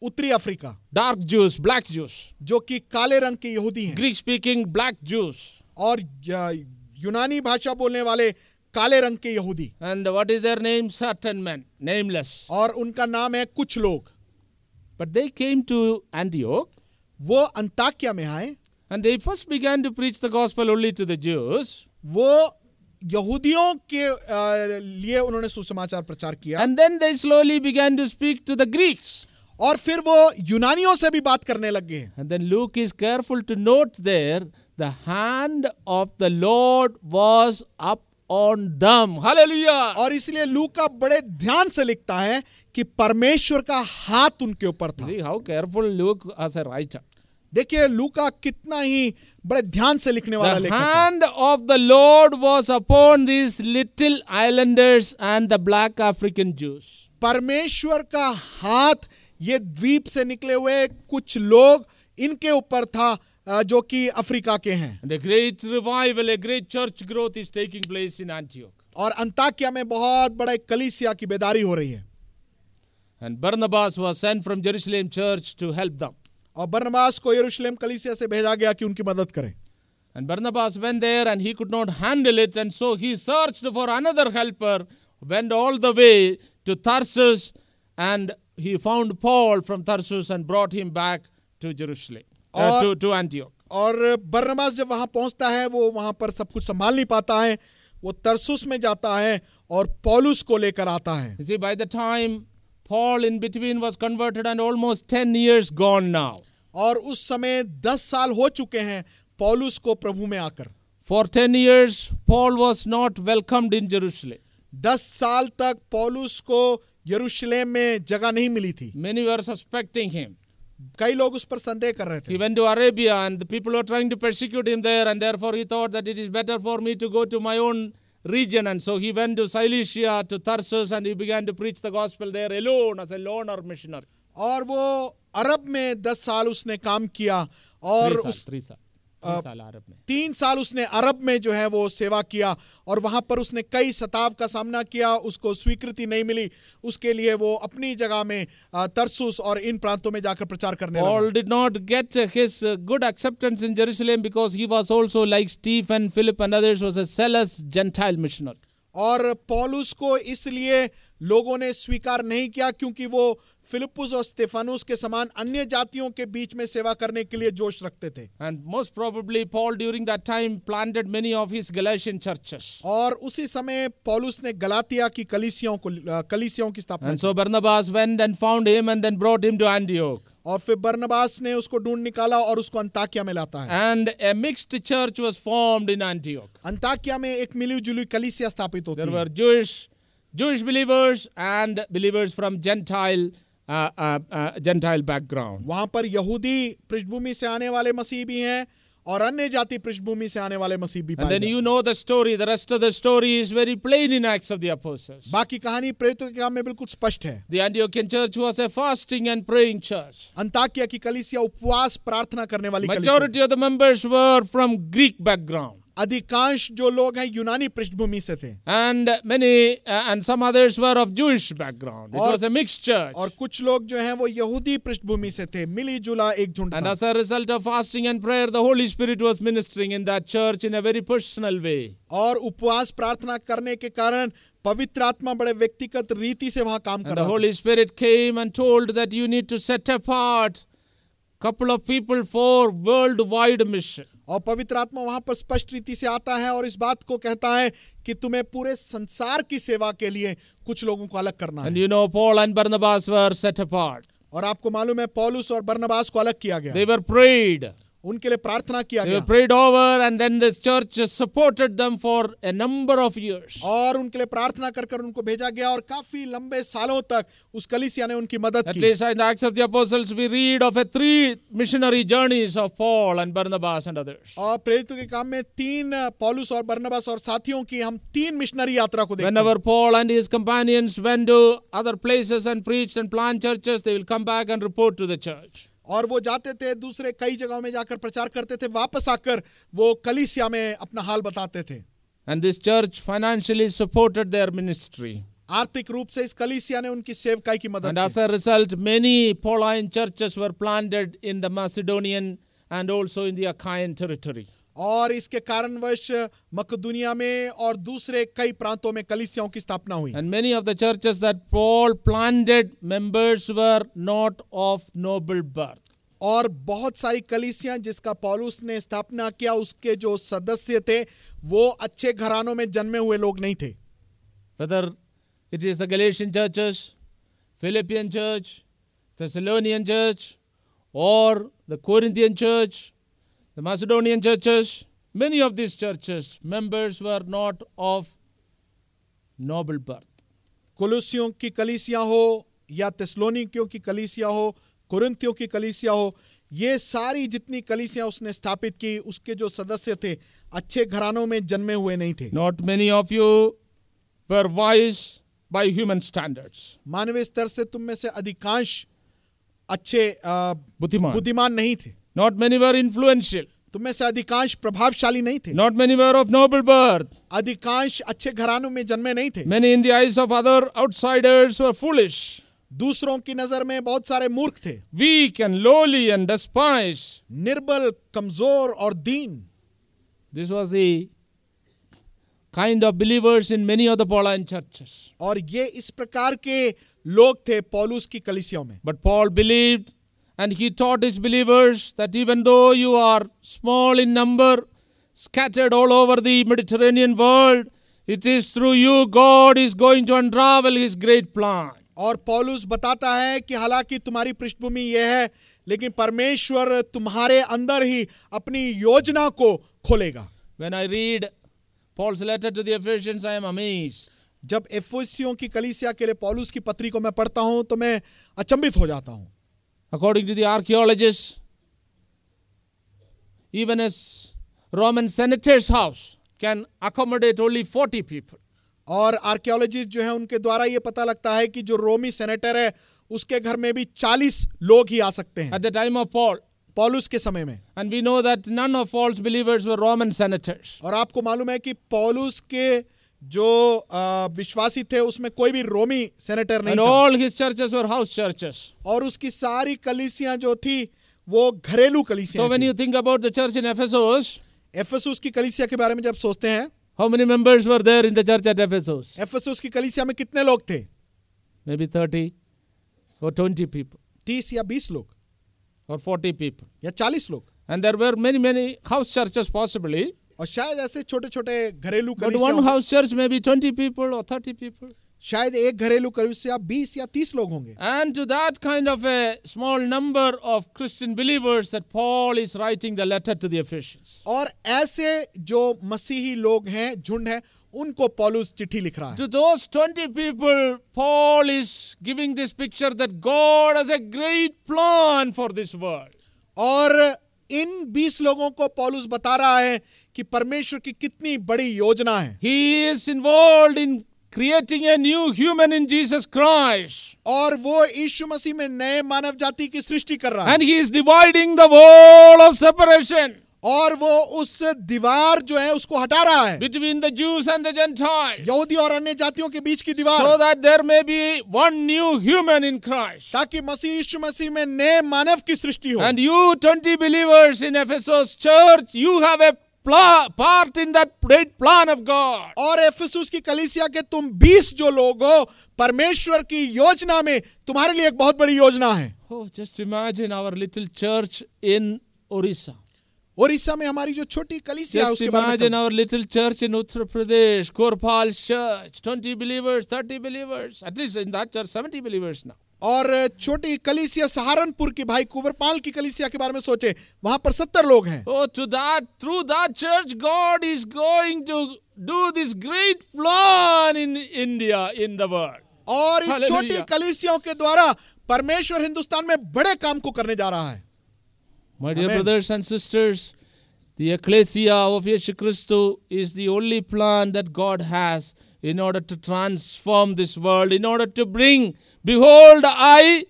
Speaker 2: उत्तरी Africa
Speaker 1: Dark Jews, black Jews,
Speaker 2: जो कि काले रंग के यहूदी हैं
Speaker 1: Greek speaking black Jews.
Speaker 2: और य- यूनानी भाषा बोलने वाले काले रंग के यहूदी
Speaker 1: And what is their name? Certain men, nameless.
Speaker 2: और उनका नाम है कुछ लोग
Speaker 1: But they came to Antioch
Speaker 2: वो अंताकिया में आए
Speaker 1: And they first began to preach the gospel only to the Jews.
Speaker 2: वो यहूदियों के अ, लिए उन्होंने सुसमाचार प्रचार किया
Speaker 1: And then they slowly began to speak to the Greeks.
Speaker 2: और फिर वो यूनानियों से भी बात करने लग गए
Speaker 1: And then Luke is careful to note there the hand of the Lord was up on them. Hallelujah!
Speaker 2: और इसलिए लूका बड़े ध्यान से लिखता है कि परमेश्वर का हाथ उनके ऊपर था
Speaker 1: See how careful Luke as a writer.
Speaker 2: देखिए लूका कितना ही बड़े ध्यान से लिखने वाला
Speaker 1: The
Speaker 2: लेखक है
Speaker 1: hand of the Lord was upon these little islanders and the black African Jews.
Speaker 2: परमेश्वर का हाथ ये द्वीप से निकले हुए कुछ लोग इनके ऊपर था अ, जो कि अफ्रीका के हैं
Speaker 1: And a great revival, a great church growth is taking place in Antioch.
Speaker 2: और अंताकिया में बहुत बड़ा एक कलीसिया की बेदारी हो रही है
Speaker 1: And Barnabas was sent from Jerusalem church to help them.
Speaker 2: और बरनबास को यरूशलेम कलीसिया से भेजा गया कि उनकी मदद करें
Speaker 1: And Barnabas went there and he could not handle it, and so he searched for another helper, went all the way to Tarsus, and he found Paul from Tarsus and brought him back to Jerusalem, uh,
Speaker 2: Or-
Speaker 1: to, to Antioch.
Speaker 2: और बरनबास जब वहां पहुंचता है वो वहां पर सब कुछ संभाल नहीं पाता है वो तरसुस में जाता है और पौलुस को लेकर आता है
Speaker 1: You see, by the time Paul in between was converted and almost 10 years gone now.
Speaker 2: और उस समय दस साल हो चुके हैं पौलुस को प्रभु में आकर
Speaker 1: For 10 years, Paul was not welcomed in Jerusalem.
Speaker 2: दस साल तक पौलुस को यरूशलेम में जगह नहीं मिली थी
Speaker 1: Many were suspecting him.
Speaker 2: कई लोग उस पर संदेह कर रहे
Speaker 1: He
Speaker 2: थे
Speaker 1: went to Arabia and the people were trying to persecute him there, and therefore he thought that it is better for me to go to my own region. And so he went to Cilicia, to Tarsus, and he began to preach the gospel there alone as a loner missionary.
Speaker 2: और वो अरब में दस साल उसने काम किया और
Speaker 1: Three
Speaker 2: उस
Speaker 1: साल, three साल, three साल अरब में।
Speaker 2: तीन साल उसने अरब में जो है वो सेवा किया और वहां पर उसने कई सताव का सामना किया उसको स्वीकृति नहीं मिली उसके लिए वो अपनी जगह में अ, तरसुस और इन प्रांतों में जाकर प्रचार करने
Speaker 1: Paul
Speaker 2: लगा
Speaker 1: did not get uh, his uh, good acceptance in Jerusalem because he was also like Stephen, Philip, and others was a zealous Gentile missionary.
Speaker 2: और पौलुस को इसलिए लोगों ने स्वीकार नहीं किया क्योंकि वो फिलिपुस और स्तेफानुस के समान अन्य जातियों के बीच में सेवा करने के लिए जोश रखते थे
Speaker 1: And most probably, Paul during that time planted many of his Galatian churches.
Speaker 2: और उसी समय पौलुस ने गलातिया की कलीसियों को अ, कलीसियों की स्थापना
Speaker 1: And so Barnabas went and found him and then brought him to Antioch.
Speaker 2: और फिर बरनबास ने उसको ढूंढ निकाला और उसको अंताकिया में लाता है
Speaker 1: And a mixed church was formed in Antioch.
Speaker 2: अंताकिया में एक मिली जुली कलीसिया स्थापित होती
Speaker 1: There
Speaker 2: है
Speaker 1: were Jewish, Jewish believers and believers from Gentile, uh, uh, uh, Gentile background.
Speaker 2: वहां पर यहूदी पृष्ठभूमि से आने वाले मसीह भी हैं और अन्य जाति पृष्ठभूमि से आने वाले मसीह भी
Speaker 1: And
Speaker 2: पाए
Speaker 1: then you know the story. The rest of the story is very plain in Acts of the Apostles.
Speaker 2: जाते हैं। बाकी कहानी प्रेरितों के काम में बिल्कुल स्पष्ट है
Speaker 1: The Antiochian church was a fasting and praying church.
Speaker 2: अंताकिया की कलीसिया उपवास प्रार्थना करने वाली कलीसिया
Speaker 1: Majority of the members were from Greek background.
Speaker 2: अधिकांश जो लोग हैं यूनानी पृष्ठभूमि से थे
Speaker 1: And many, uh, and some others were of Jewish background. It
Speaker 2: Or-
Speaker 1: was a mixed church.
Speaker 2: और कुछ लोग जो हैं वो यहूदी पृष्ठभूमि से थे मिली जुला एक झुंड
Speaker 1: And
Speaker 2: था।
Speaker 1: as a result of fasting and prayer, the Holy Spirit was ministering in that church in a very personal way.
Speaker 2: और उपवास प्रार्थना करने के कारण पवित्र आत्मा बड़े व्यक्तिगत रीति से वहां काम कर
Speaker 1: And the
Speaker 2: रहा था।
Speaker 1: Holy Spirit came and told that you need to set apart couple of people for worldwide mission.
Speaker 2: और पवित्र आत्मा वहां पर स्पष्ट रीति से आता है और इस बात को कहता है कि तुम्हें पूरे संसार की सेवा के लिए कुछ लोगों को अलग करना
Speaker 1: And
Speaker 2: है
Speaker 1: you know, Paul and Barnabas were set apart.
Speaker 2: और आपको मालूम है पौलुस और बरनबास को अलग किया
Speaker 1: They
Speaker 2: गया
Speaker 1: were prayed.
Speaker 2: उनके लिए प्रार्थना किया
Speaker 1: They were
Speaker 2: गया
Speaker 1: prayed over, and then this church supported them for a number of years.
Speaker 2: और उनके लिए प्रार्थना कर कर उनको भेजा गया और काफी लंबे सालों तक उस कलीसिया ने उनकी मदद
Speaker 1: At
Speaker 2: की
Speaker 1: least in the Acts of the Apostles, we read of a three missionary journeys of Paul and Barnabas and others.
Speaker 2: और प्रेरितों के काम में तीन पौलुस और बरनबास और साथियों की हम तीन मिशनरी यात्रा को देखते हैं
Speaker 1: Whenever Paul and his companions went to other places and preached and planned churches, they will come back and report to the church.
Speaker 2: और वो जाते थे दूसरे कई जगहों में जाकर प्रचार करते थे वापस आकर वो कलीसिया में अपना हाल बताते थे
Speaker 1: And this church financially supported their ministry.
Speaker 2: आर्थिक रूप से इस कलीसिया ने उनकी सेवकाई की मदद
Speaker 1: And
Speaker 2: की
Speaker 1: as a result, many Pauline churches were planted in the Macedonian and also in the Achaean territory.
Speaker 2: और इसके कारणवश मकदुनिया में और दूसरे कई प्रांतों में कलीसियाओं की स्थापना हुई
Speaker 1: And many of the churches that Paul planted, members were not of noble birth.
Speaker 2: और बहुत सारी कलीसियां जिसका पौलुस ने स्थापना किया उसके जो सदस्य थे वो अच्छे घरानों में जन्मे हुए लोग नहीं थे
Speaker 1: Whether it is the Galatian churches, Philippian church, Thessalonian church, or the Corinthian church, the Macedonian churches, many of these churches members were not of noble birth.
Speaker 2: कुलुसियों की कलीसिया हो या तेस्लोनिकियों की कलीसिया हो कुरिंथियों की कलीसिया हो ये सारी जितनी कलीसिया उसने स्थापित की उसके जो सदस्य थे अच्छे घरानों में जन्मे हुए नहीं थे
Speaker 1: Not many of you were wise by human standards.
Speaker 2: मानवीय स्तर से तुम में से अधिकांश अच्छे अ,
Speaker 1: Buddhiman.
Speaker 2: बुद्धिमान नहीं थे
Speaker 1: Not many were influential.
Speaker 2: तुम में से अधिकांश प्रभावशाली नहीं थे
Speaker 1: Not many were of noble birth.
Speaker 2: अधिकांश अच्छे घरानों में जन्मे नहीं थे
Speaker 1: Many, in the eyes of other outsiders, were foolish,
Speaker 2: दूसरों की नजर में बहुत सारे मूर्ख थे
Speaker 1: weak, and lowly, and despised.
Speaker 2: निर्बल कमजोर और दीन
Speaker 1: This was the kind of believers in many of the Pauline churches.
Speaker 2: और ये इस प्रकार के लोग थे पौलुस की कलिसियों में
Speaker 1: But Paul believed and he taught his believers that even though you are small in number, scattered all over the Mediterranean world, it is through you God is going to unravel his great plan.
Speaker 2: और पौलुस बताता है कि हालांकि तुम्हारी पृष्ठभूमि यह है लेकिन परमेश्वर तुम्हारे अंदर ही अपनी योजना को खोलेगा
Speaker 1: When I read Paul's letter to the Ephesians, I am amazed.
Speaker 2: जब एफोसियों की कलीसिया के लिए पौलुस की पत्री को मैं पढ़ता हूं तो मैं अचंभित हो जाता हूं
Speaker 1: According to the archaeologists, even a s- Roman senator's house can accommodate only 40 people.
Speaker 2: और आर्कियोलॉजिस्ट जो है उनके द्वारा ये पता लगता है कि जो रोमी सेनेटर है उसके घर में भी 40 लोग ही आ सकते हैं
Speaker 1: At the time of Paul,
Speaker 2: पौलुस के समय में
Speaker 1: And we know that none of Paul's believers were Roman senators.
Speaker 2: और आपको मालूम है कि पौलुस के जो अ, विश्वासी थे उसमें कोई भी रोमी सेनेटर नहीं
Speaker 1: And
Speaker 2: था
Speaker 1: all his churches were house churches.
Speaker 2: और उसकी सारी कलीसियां जो थी वो घरेलू
Speaker 1: So when
Speaker 2: कलीसियां
Speaker 1: you think about the church in Ephesus,
Speaker 2: एफएसुस की कलीसिया के बारे में जब सोचते हैं
Speaker 1: how many members were there in the church at Ephesus?
Speaker 2: एफएसुस की कलीसिया में कितने लोग थे
Speaker 1: Maybe 30 or 20 people
Speaker 2: 30 या 20 लोग
Speaker 1: or 40 people.
Speaker 2: या 40 लोग
Speaker 1: And there were many, many house churches possibly.
Speaker 2: और शायद ऐसे छोटे छोटे घरेलू
Speaker 1: But one
Speaker 2: कलीसिया
Speaker 1: house church, maybe 20 people or 30 people.
Speaker 2: शायद एक घरेलू कलीसिया 20 या 30 लोग होंगे
Speaker 1: And to that kind of a small number of Christian believers that Paul is writing the letter to the Ephesians.
Speaker 2: और ऐसे जो मसीही लोग हैं झुंड हैं उनको पौलुस चिट्ठी लिख रहा है
Speaker 1: To those 20 people, Paul is giving this picture that God has a great plan for this world.
Speaker 2: और इन 20 लोगों को पौलुस बता रहा है कि परमेश्वर की कितनी बड़ी योजना है
Speaker 1: He is involved in creating a new human in Jesus Christ.
Speaker 2: और वो यीशु मसीह में नए मानव जाति की सृष्टि कर रहा है
Speaker 1: And he is dividing the wall of separation
Speaker 2: और वो उस दीवार जो है उसको हटा रहा है
Speaker 1: between the Jews and the Gentiles
Speaker 2: यहूदी और अन्य जातियों के बीच की
Speaker 1: so
Speaker 2: दीवार
Speaker 1: that there may be one new human in Christ.
Speaker 2: ताकि मसीह यीशु मसीह में नए मानव की सृष्टि हो
Speaker 1: And you, 20 believers in Ephesus church, you have a pla- part in that great plan of God.
Speaker 2: और एफिसुस की कलीसिया के तुम 20 जो लोग हो परमेश्वर की योजना में तुम्हारे लिए एक बहुत बड़ी योजना है
Speaker 1: Oh, just imagine our little church in Orissa.
Speaker 2: Odisha में हमारी जो छोटी कलीसिया है,
Speaker 1: Just
Speaker 2: उसके बारे में
Speaker 1: imagine our little church in Uttar Pradesh, Korpal's church, 20 believers, 30 believers, at least in that church, 70 believers now.
Speaker 2: और छोटी कलीसिया सहारनपुर की भाई कुंवरपाल की कलीसिया के बारे में सोचे वहां पर सत्तर लोग हैं
Speaker 1: Oh, to that, through that church, God is going to do this great plan in India, in the world.
Speaker 2: और इस
Speaker 1: हालेलुया।
Speaker 2: छोटी कलीसियाओं के द्वारा परमेश्वर हिंदुस्तान में बड़े काम को करने जा रहा है
Speaker 1: My dear
Speaker 2: Amen.
Speaker 1: brothers and sisters, the ecclesia of Yeshu Christu is the only plan that God has in order to transform this world, in order to bring, behold, I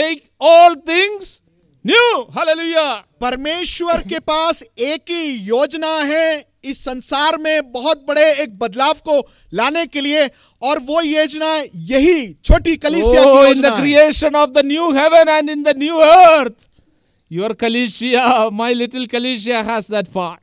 Speaker 1: make all things new. Hallelujah.
Speaker 2: परमेश्वर के पास एक ही योजना है इस संसार में बहुत बड़े एक बदलाव को लाने के लिए और वो योजना यही छोटी कलीसिया की
Speaker 1: Oh, in
Speaker 2: योजना
Speaker 1: the
Speaker 2: है।
Speaker 1: creation of the new heaven and in the new earth, your Kalisha, my little Kalisha, has that part.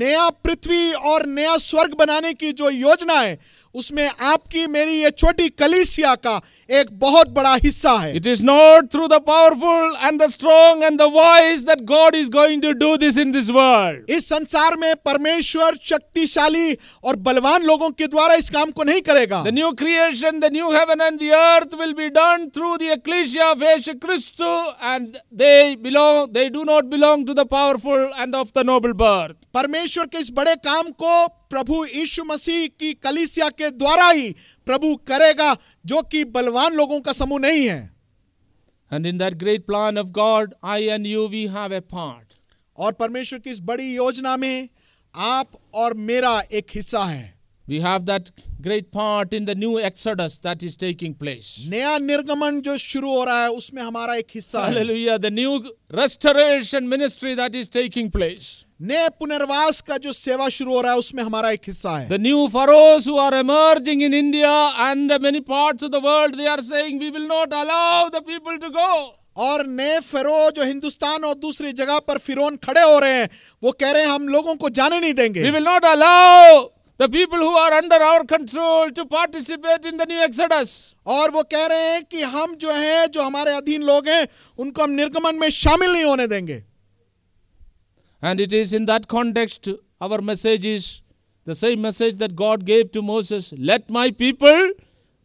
Speaker 2: नया पृथ्वी और नया स्वर्ग बनाने की जो योजना है उसमें आपकी मेरी ये छोटी कलीसिया का एक बहुत बड़ा हिस्सा है
Speaker 1: It is not through the powerful and the strong and the wise that God is going to do this in this world.
Speaker 2: इस संसार में परमेश्वर शक्तिशाली और बलवान लोगों के द्वारा इस काम को नहीं करेगा
Speaker 1: The new creation, the new heaven and the earth will be done through the ecclesia of Yesu Christu and they belong they do not belong to the powerful and of the noble birth.
Speaker 2: परमेश्वर के इस बड़े काम को प्रभु यीशु मसीह की कलीसिया के द्वारा ही प्रभु करेगा जो कि बलवान लोगों का समूह नहीं है
Speaker 1: And in that great plan of God, I and you we have a part.
Speaker 2: और परमेश्वर की इस बड़ी योजना में आप और मेरा एक हिस्सा है
Speaker 1: We have that great part in the new exodus that is taking place.
Speaker 2: नया निर्गमन जो शुरू हो रहा है उसमें हमारा एक हिस्सा है
Speaker 1: Hallelujah, the new restoration ministry that is taking place.
Speaker 2: नए पुनर्वास का जो सेवा शुरू हो रहा है उसमें हमारा एक हिस्सा है
Speaker 1: The new pharaohs who are emerging in India and many parts of the world, they are saying, We will not allow the people to go.
Speaker 2: और नए फिरो जो हिंदुस्तान और दूसरी जगह पर फिरौन खड़े हो रहे हैं वो कह रहे हैं हम लोगों को जाने नहीं
Speaker 1: We
Speaker 2: देंगे
Speaker 1: will not allow the people who are under our control to participate in the new exodus.
Speaker 2: और वो कह रहे हैं कि हम जो हैं जो हमारे अधीन लोग हैं उनको हम निर्गमन में शामिल नहीं होने देंगे
Speaker 1: And it is in that context our message is the same message that God gave to Moses let my people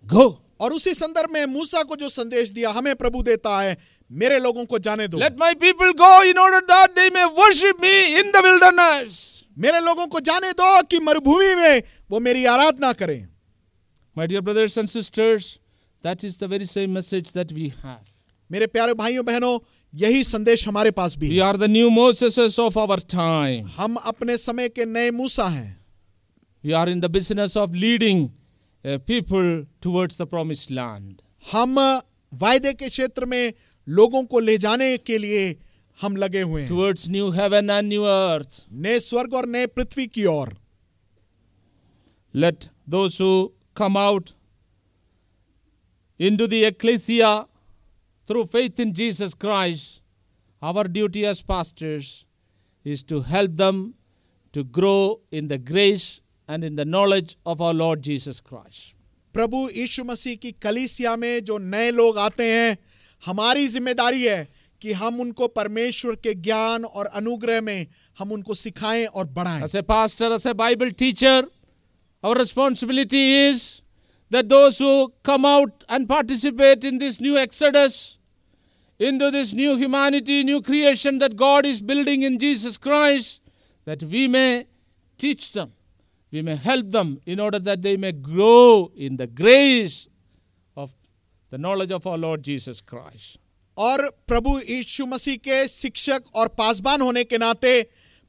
Speaker 1: go.
Speaker 2: और उसी संदर्भ में मूसा को जो संदेश दिया हमें प्रभु देता है मेरे लोगों को जाने दो
Speaker 1: Let my people go in order that they may worship me in the wilderness.
Speaker 2: मेरे लोगों को जाने दो कि मरुभूमि में वो मेरी आराधना करें
Speaker 1: My dear brothers and sisters, that is the very same message that we have.
Speaker 2: मेरे प्यारे भाइयों बहनों यही संदेश हमारे पास भी
Speaker 1: We
Speaker 2: है
Speaker 1: are the new Moseses of our time.
Speaker 2: हम अपने समय के नए मूसा हैं
Speaker 1: We are in the business of leading uh, people towards the promised land.
Speaker 2: हम वायदे के क्षेत्र में लोगों को ले जाने के लिए हम लगे हुए हैं
Speaker 1: towards new heaven and new earth.
Speaker 2: नए स्वर्ग और नए पृथ्वी की ओर
Speaker 1: Let those who come out into the ecclesia through faith in Jesus Christ, our duty as pastors is to help them to grow in the grace and in the knowledge of our Lord Jesus Christ.
Speaker 2: प्रभु यीशु मसीह की कलीसिया में जो नए लोग आते हैं हमारी जिम्मेदारी है कि हम उनको परमेश्वर के ज्ञान और अनुग्रह में हम उनको सिखाएं और बढ़ाएं
Speaker 1: As a pastor, as a Bible teacher, our responsibility is that those who come out and participate in this new exodus, into this new humanity, new creation that God is building in Jesus Christ, that we may teach them, we may help them in order that they may grow in the grace of the knowledge of our Lord Jesus Christ.
Speaker 2: और प्रभु यीशु मसीह के शिक्षक और पासबान होने के नाते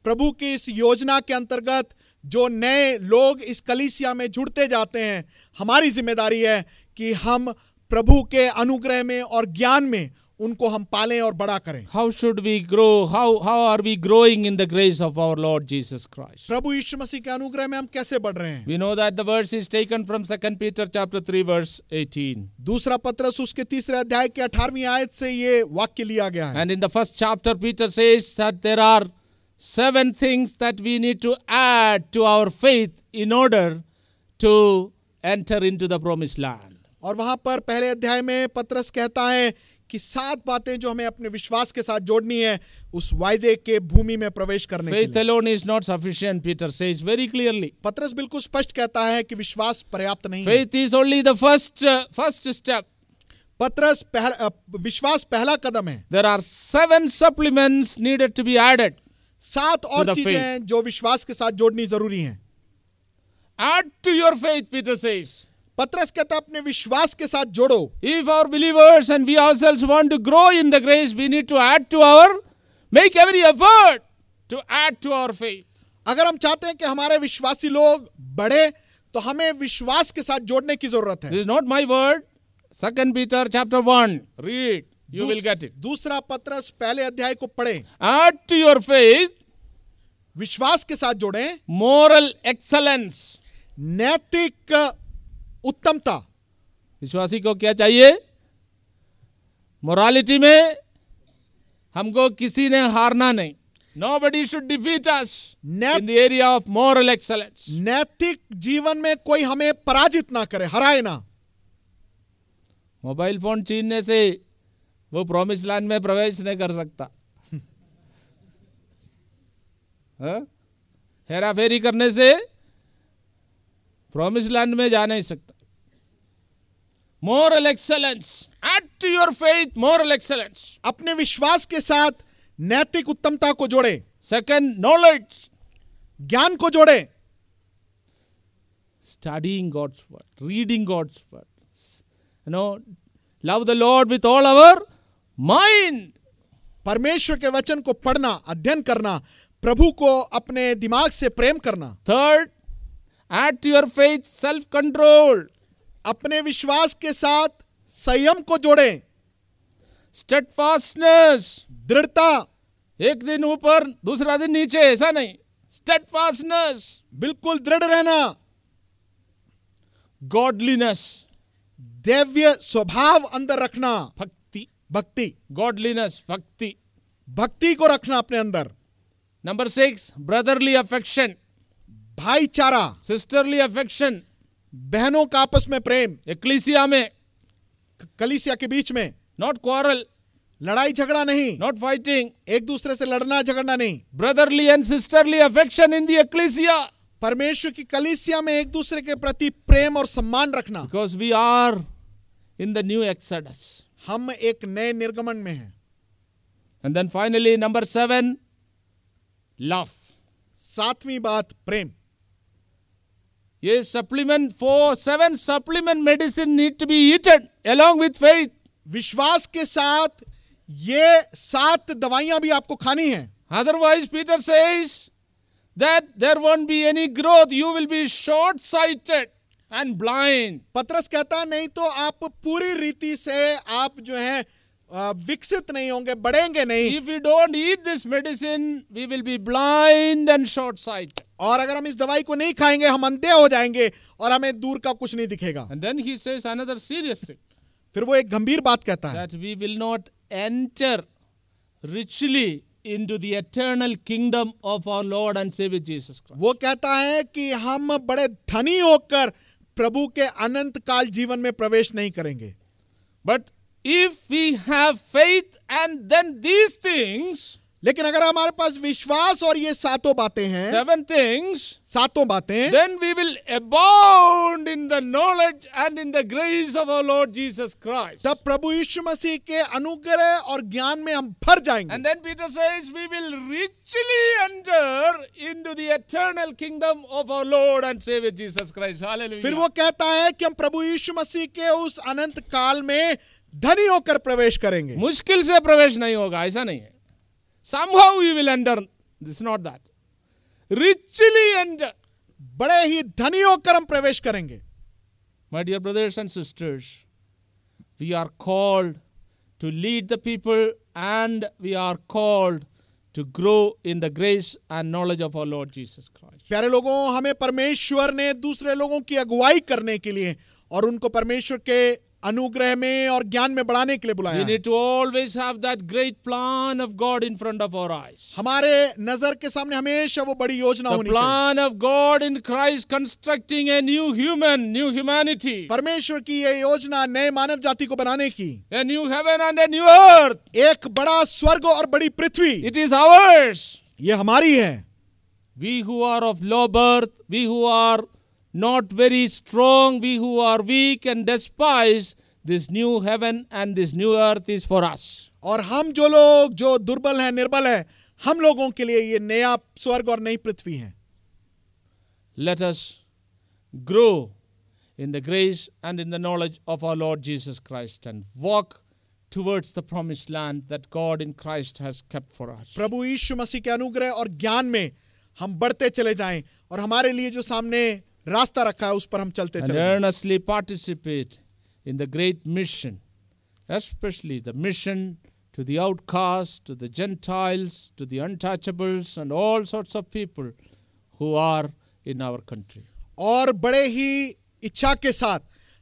Speaker 2: प्रभु की इस योजना के अंतर्गत जो नए लोग इस कलीसिया में जुड़ते जाते हैं हमारी जिम्मेदारी है कि हम प्रभु के अनुग्रह में और ज्ञान में उनको हम पालें और बड़ा करें
Speaker 1: How should we grow? How, how are we growing in the grace of our Lord Jesus Christ?
Speaker 2: प्रभु यीशु मसीह के अनुग्रह में हम कैसे बढ़ रहे हैं
Speaker 1: We know that the verse is taken from 2 Peter chapter 3 verse 18.
Speaker 2: दूसरा पत्रस उसके तीसरे अध्याय के अठारहवीं आयत से ये वाक्य लिया गया है
Speaker 1: And in the first chapter Peter says that there are seven things that we need to add to our faith in order to enter into the promised land.
Speaker 2: और वहां पर पहले अध्याय में पत्रस कहता है कि सात बातें जो हमें अपने विश्वास के साथ जोड़नी है उस वायदे के भूमि में प्रवेश करने के
Speaker 1: Faith
Speaker 2: लिए
Speaker 1: alone is not sufficient Peter says very clearly.
Speaker 2: पत्रस बिल्कुल स्पष्ट कहता है कि विश्वास पर्याप्त नहीं है
Speaker 1: Faith is only the first uh, first step.
Speaker 2: पत्रस पहल, अ, विश्वास पहला कदम है
Speaker 1: There are seven supplements needed to be added.
Speaker 2: सात और
Speaker 1: the
Speaker 2: चीजें
Speaker 1: faith.
Speaker 2: हैं जो विश्वास के साथ जोड़नी जरूरी हैं
Speaker 1: Add to your faith Peter says.
Speaker 2: पत्रस कहता है अपने विश्वास के साथ जोड़ो
Speaker 1: If our believers and we ourselves want to grow in the grace, we need to add to our, make every effort to add to our faith.
Speaker 2: अगर हम चाहते हैं कि हमारे विश्वासी लोग बढ़े तो हमें विश्वास के साथ जोड़ने की जरूरत है
Speaker 1: This is not my word. Second Peter chapter 1. Read. You will
Speaker 2: दूस-
Speaker 1: get it.
Speaker 2: दूसरा पत्रस पहले अध्याय को पढ़ें
Speaker 1: Add to your faith
Speaker 2: विश्वास के साथ जोड़ें
Speaker 1: moral excellence.
Speaker 2: नैतिक उत्तमता
Speaker 1: विश्वासी को क्या चाहिए मोरालिटी में हमको किसी ने हारना नहीं Nobody should defeat us
Speaker 2: नैत-
Speaker 1: in the area of moral excellence.
Speaker 2: नैतिक जीवन में कोई हमें पराजित ना करे हराए ना
Speaker 1: मोबाइल फोन छीनने से वो प्रॉमिस लैंड में प्रवेश नहीं कर सकता हाँ? हेरा फेरी करने से प्रॉमिस लैंड में जा नहीं सकता moral excellence add to your faith moral excellence
Speaker 2: अपने विश्वास के साथ नैतिक उत्तमता को जोड़े
Speaker 1: सेकंड नॉलेज
Speaker 2: ज्ञान को जोड़े
Speaker 1: studying God's word, reading God's word. S- You know, love the Lord with all our mind.
Speaker 2: परमेश्वर के वचन को पढ़ना अध्ययन करना प्रभु को अपने दिमाग से प्रेम करना
Speaker 1: Third, add to your faith self control,
Speaker 2: अपने विश्वास के साथ संयम को जोड़े
Speaker 1: steadfastness.
Speaker 2: दृढ़ता
Speaker 1: एक दिन ऊपर दूसरा दिन नीचे ऐसा नहीं steadfastness,
Speaker 2: बिल्कुल दृढ़ रहना
Speaker 1: godliness,
Speaker 2: दैव्य स्वभाव अंदर रखना
Speaker 1: bhakti,
Speaker 2: भक्ति
Speaker 1: godliness, bhakti.
Speaker 2: भक्ति को रखना अपने अंदर
Speaker 1: Number six, brotherly affection,
Speaker 2: भाईचारा
Speaker 1: sisterly affection.
Speaker 2: बहनों का आपस में प्रेम
Speaker 1: Ecclesia में
Speaker 2: क- कलीसिया के बीच में
Speaker 1: not quarrel,
Speaker 2: लड़ाई झगड़ा नहीं
Speaker 1: not fighting,
Speaker 2: एक दूसरे से लड़ना झगड़ना नहीं
Speaker 1: brotherly and sisterly affection in the ecclesia
Speaker 2: परमेश्वर की कलीसिया में एक दूसरे के प्रति प्रेम और सम्मान रखना
Speaker 1: because we are in the new exodus
Speaker 2: हम एक नए निर्गमन में हैं
Speaker 1: and then finally number 7 love
Speaker 2: सातवीं बात प्रेम
Speaker 1: a supplement for seven supplement medicine need to be eaten along with faith
Speaker 2: विश्वास के साथ ये सात दवाइयां भी आपको खानी हैं
Speaker 1: otherwise peter says that there won't be any growth you will be short sighted and blind
Speaker 2: पत्रस कहता है, नहीं तो आप पूरी रीति से आप जो है अ, विकसित नहीं होंगे बढ़ेंगे नहीं
Speaker 1: if we don't eat this medicine we will be blind and short sighted
Speaker 2: और अगर हम इस दवाई को नहीं खाएंगे हम अंधे हो जाएंगे और हमें दूर का कुछ नहीं दिखेगा
Speaker 1: and then he says another serious thing
Speaker 2: फिर वो एक गंभीर बात कहता है
Speaker 1: that we will not enter richly into the eternal kingdom of our Lord and Savior Jesus Christ.
Speaker 2: वो कहता है कि हम बड़े धनी होकर प्रभु के अनंत काल जीवन में प्रवेश नहीं करेंगे
Speaker 1: But if we have faith and then these things,
Speaker 2: लेकिन अगर हमारे पास विश्वास और ये सातों बातें हैं
Speaker 1: seven things,
Speaker 2: सातों बातें
Speaker 1: then we will abound in the knowledge and in the grace of our Lord Jesus Christ.
Speaker 2: तब प्रभु यीशु मसीह के अनुग्रह और ज्ञान में हम भर जाएंगे
Speaker 1: And then Peter says, We will richly enter into the eternal kingdom of our Lord and Savior Jesus Christ. Hallelujah.
Speaker 2: फिर वो कहता है कि हम प्रभु यीशु मसीह के उस अनंत काल में धनी होकर प्रवेश करेंगे
Speaker 1: मुश्किल से प्रवेश नहीं होगा ऐसा नहीं है somehow you will enter this not that richly enter
Speaker 2: बड़े ही धनी होकर हम प्रवेश करेंगे
Speaker 1: my dear brothers and sisters we are called to lead the people and we are called to grow in the grace and knowledge of our Lord Jesus Christ
Speaker 2: प्यारे लोगों हमें परमेश्वर ने दूसरे लोगों की अगुवाई करने के लिए और उनको परमेश्वर के अनुग्रह में और ज्ञान में बढ़ाने के लिए बुलाया
Speaker 1: वी
Speaker 2: है।
Speaker 1: Need to always have that great plan of God in front of our eyes
Speaker 2: हमारे नजर के सामने हमेशा वो बड़ी योजना
Speaker 1: The
Speaker 2: होनी चाहिए
Speaker 1: plan of God in Christ constructing a new human, new humanity,
Speaker 2: परमेश्वर की ये योजना नए मानव जाति को बनाने की
Speaker 1: a new heaven and a new earth.
Speaker 2: एक बड़ा स्वर्ग और बड़ी पृथ्वी
Speaker 1: It is ours.
Speaker 2: ये हमारी है
Speaker 1: We who are of low birth, we who are not very strong, we who are weak and despise, this new heaven and this new earth is for us.
Speaker 2: और हम जो लोग जो दुर्बल हैं निर्बल हैं हम लोगों के लिए ये नया स्वर्ग और नई पृथ्वी है
Speaker 1: Let us grow in the grace and in the knowledge of our Lord Jesus Christ and walk towards the promised land that God in Christ has kept for us.
Speaker 2: प्रभु यीशु मसीह के अनुग्रह और ज्ञान में हम बढ़ते चले जाएं और हमारे लिए जो सामने रास्ता रखा है उस पर हम चलते
Speaker 1: And
Speaker 2: चले जाएं।
Speaker 1: earnestly participate in the great mission, especially the mission to the outcasts, to the Gentiles, to the untouchables, and all sorts of people who are in our country.
Speaker 2: और बड़े ही इच्छा के साथ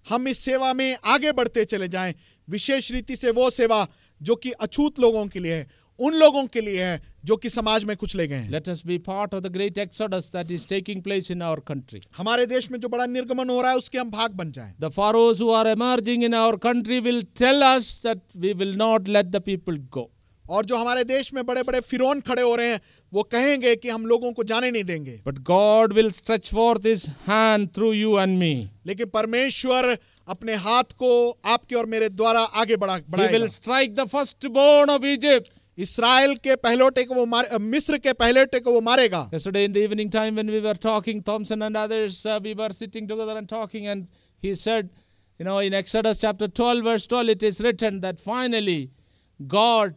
Speaker 2: हम इस सेवा में आगे बढ़ते चले जाएं विशेष रीति से वो सेवा जो कि अछूत लोगों के लिए है उन लोगों के लिए है जो कि समाज में कुछ ले गए हैं
Speaker 1: Let us be part of the great exodus that is taking place in our country.
Speaker 2: हमारे देश में जो बड़ा निर्गमन हो रहा है उसके हम भाग बन जाएं
Speaker 1: The pharaohs who are emerging in our country will tell us that we will not let the people go.
Speaker 2: और जो हमारे देश में बड़े बड़े फिरौन खड़े हो रहे हैं वो कहेंगे कि हम लोगों को जाने नहीं देंगे
Speaker 1: But God will stretch forth his hand through you and me.
Speaker 2: लेकिन परमेश्वर अपने हाथ को आपके और मेरे द्वारा आगे बढ़ा
Speaker 1: He
Speaker 2: बढ़ाएगा
Speaker 1: will strike the firstborn of Egypt.
Speaker 2: Israel के पहलोटे को वो मार अ, मिस्र के पहलोटे को वो मारेगा
Speaker 1: Yesterday in the evening time when we were talking, Thompson and others, uh, we were sitting together and talking, and he said, you know, in Exodus chapter 12, verse 12, it is written that finally God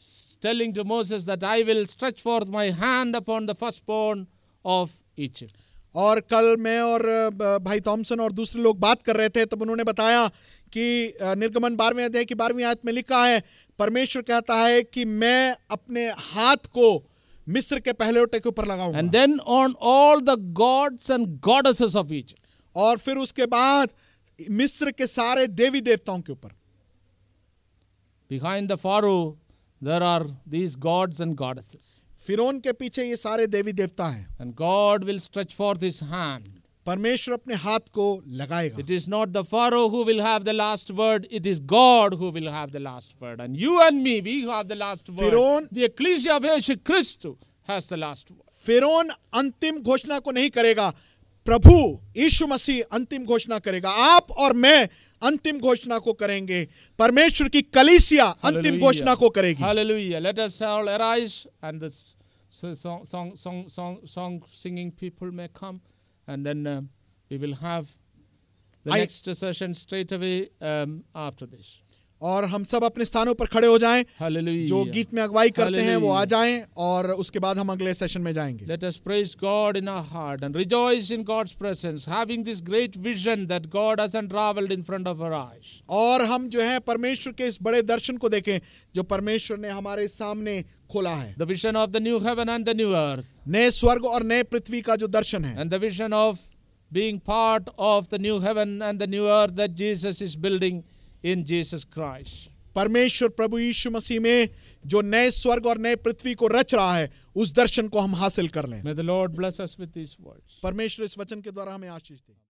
Speaker 1: is telling to Moses that I will stretch forth my hand upon the firstborn of Egypt.
Speaker 2: और कल मैं और अ, ब- भाई Thompson और दूसरे लोग बात कर रहे थे तब उन्होंने बताया कि अ, निर्गमन बारहवें अध्याय की बारहवीं आयत में लिखा है परमेश्वर कहता है कि मैं अपने हाथ को मिस्र के पहलोटे के ऊपर लगाऊंगा
Speaker 1: And then on all the gods and goddesses of Egypt.
Speaker 2: और फिर उसके बाद मिस्र के सारे देवी देवताओं के ऊपर
Speaker 1: Behind the Pharaoh, there are these gods and goddesses.
Speaker 2: फिरौन के पीछे ये सारे देवी देवता हैं
Speaker 1: And God will stretch forth his hand.
Speaker 2: परमेश्वर अपने हाथ को लगाएगा
Speaker 1: It is not the Pharaoh who will have the last word, it is God who will have the last word. And you and me, we have the last word.
Speaker 2: Firaun-
Speaker 1: the Ecclesia of Jesus Christ has the last word.
Speaker 2: फिरौन अंतिम घोषणा को नहीं करेगा प्रभु यीशु मसीह अंतिम घोषणा करेगा आप और मैं अंतिम घोषणा को करेंगे परमेश्वर की कलीसिया अंतिम
Speaker 1: Hallelujah.
Speaker 2: घोषणा को करेगी
Speaker 1: Hallelujah. Let us all arise and the s- so- song, song, song, song, song singing people may come. And then um, we will have the
Speaker 2: I-
Speaker 1: next session straight away um, after this.
Speaker 2: और हम सब अपने स्थानों पर खड़े हो जाएं
Speaker 1: Hallelujah.
Speaker 2: जो गीत में अगुवाई करते हैं वो आ
Speaker 1: Hallelujah.
Speaker 2: जाएं और उसके बाद हम अगले सेशन में जाएंगे
Speaker 1: Let us praise God in our heart and rejoice in God's presence, having this great vision that God has unraveled in front of our eyes.
Speaker 2: और हम जो है परमेश्वर के इस बड़े दर्शन को देखें जो परमेश्वर ने हमारे सामने खोला है
Speaker 1: The vision of the new heaven and the new earth,
Speaker 2: नए स्वर्ग और नए पृथ्वी का जो दर्शन है
Speaker 1: and the vision of being part of the new heaven and the new earth that Jesus is building in Jesus Christ.
Speaker 2: परमेश्वर प्रभु यीशु मसीह में जो नए स्वर्ग और नए पृथ्वी को रच रहा है उस दर्शन को हम हासिल कर लें
Speaker 1: May the Lord bless us with these words.
Speaker 2: परमेश्वर इस वचन के द्वारा हमें आशीष दे